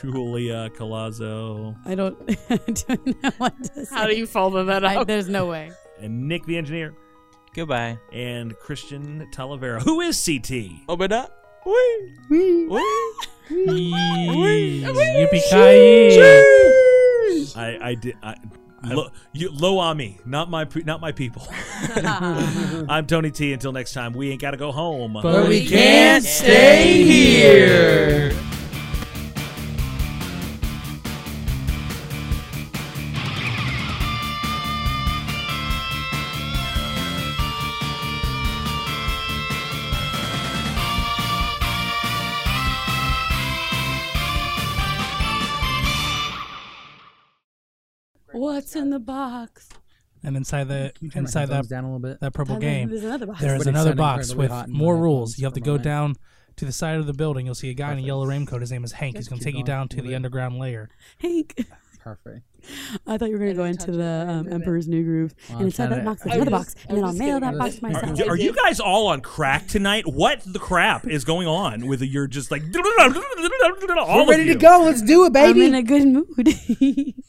Julia Colazzo.
I don't, [laughs] I don't know what to say.
How do you follow [laughs] that
I-
up?
there's no way.
And Nick the Engineer.
Goodbye.
And Christian Talavera. Who is CT?
Open up. Wee. Wee. Wee.
Yippee-ki-yay.
I, I did. I, lo, you, low on me, not my, pe- not my people. I'm Tony T. Until next time, we ain't gotta go home,
But we can't stay here.
What's in the box?
And inside the
Can you turn my
inside that
headphones down a little bit?
that purple
Oh, there's-
game,
there's another box.
there is
Everybody's
another
sounding
box
incredibly
with
hot in
more
my
rules.
headphones
You have to
for
go
my-
down to the side of the building. You'll see a guy in a yellow raincoat. His name is Hank. He's going to
keep
take you
going.
down to the underground layer.
[laughs] Hank,
Perfect.
I thought you were going to go into the um, Emperor's New Groove.
Well,
and
I'm
inside
trying
that
to-
box,
I
there's another
was-
box.
I
And
was
then I'll
just kidding.
mail that box to
Are-
myself.
Are, are you guys all on crack tonight? What the crap is going on with your just like all
We're
of
ready to
you?
go. Let's do it,
I'm
baby.
in a good mood. [laughs]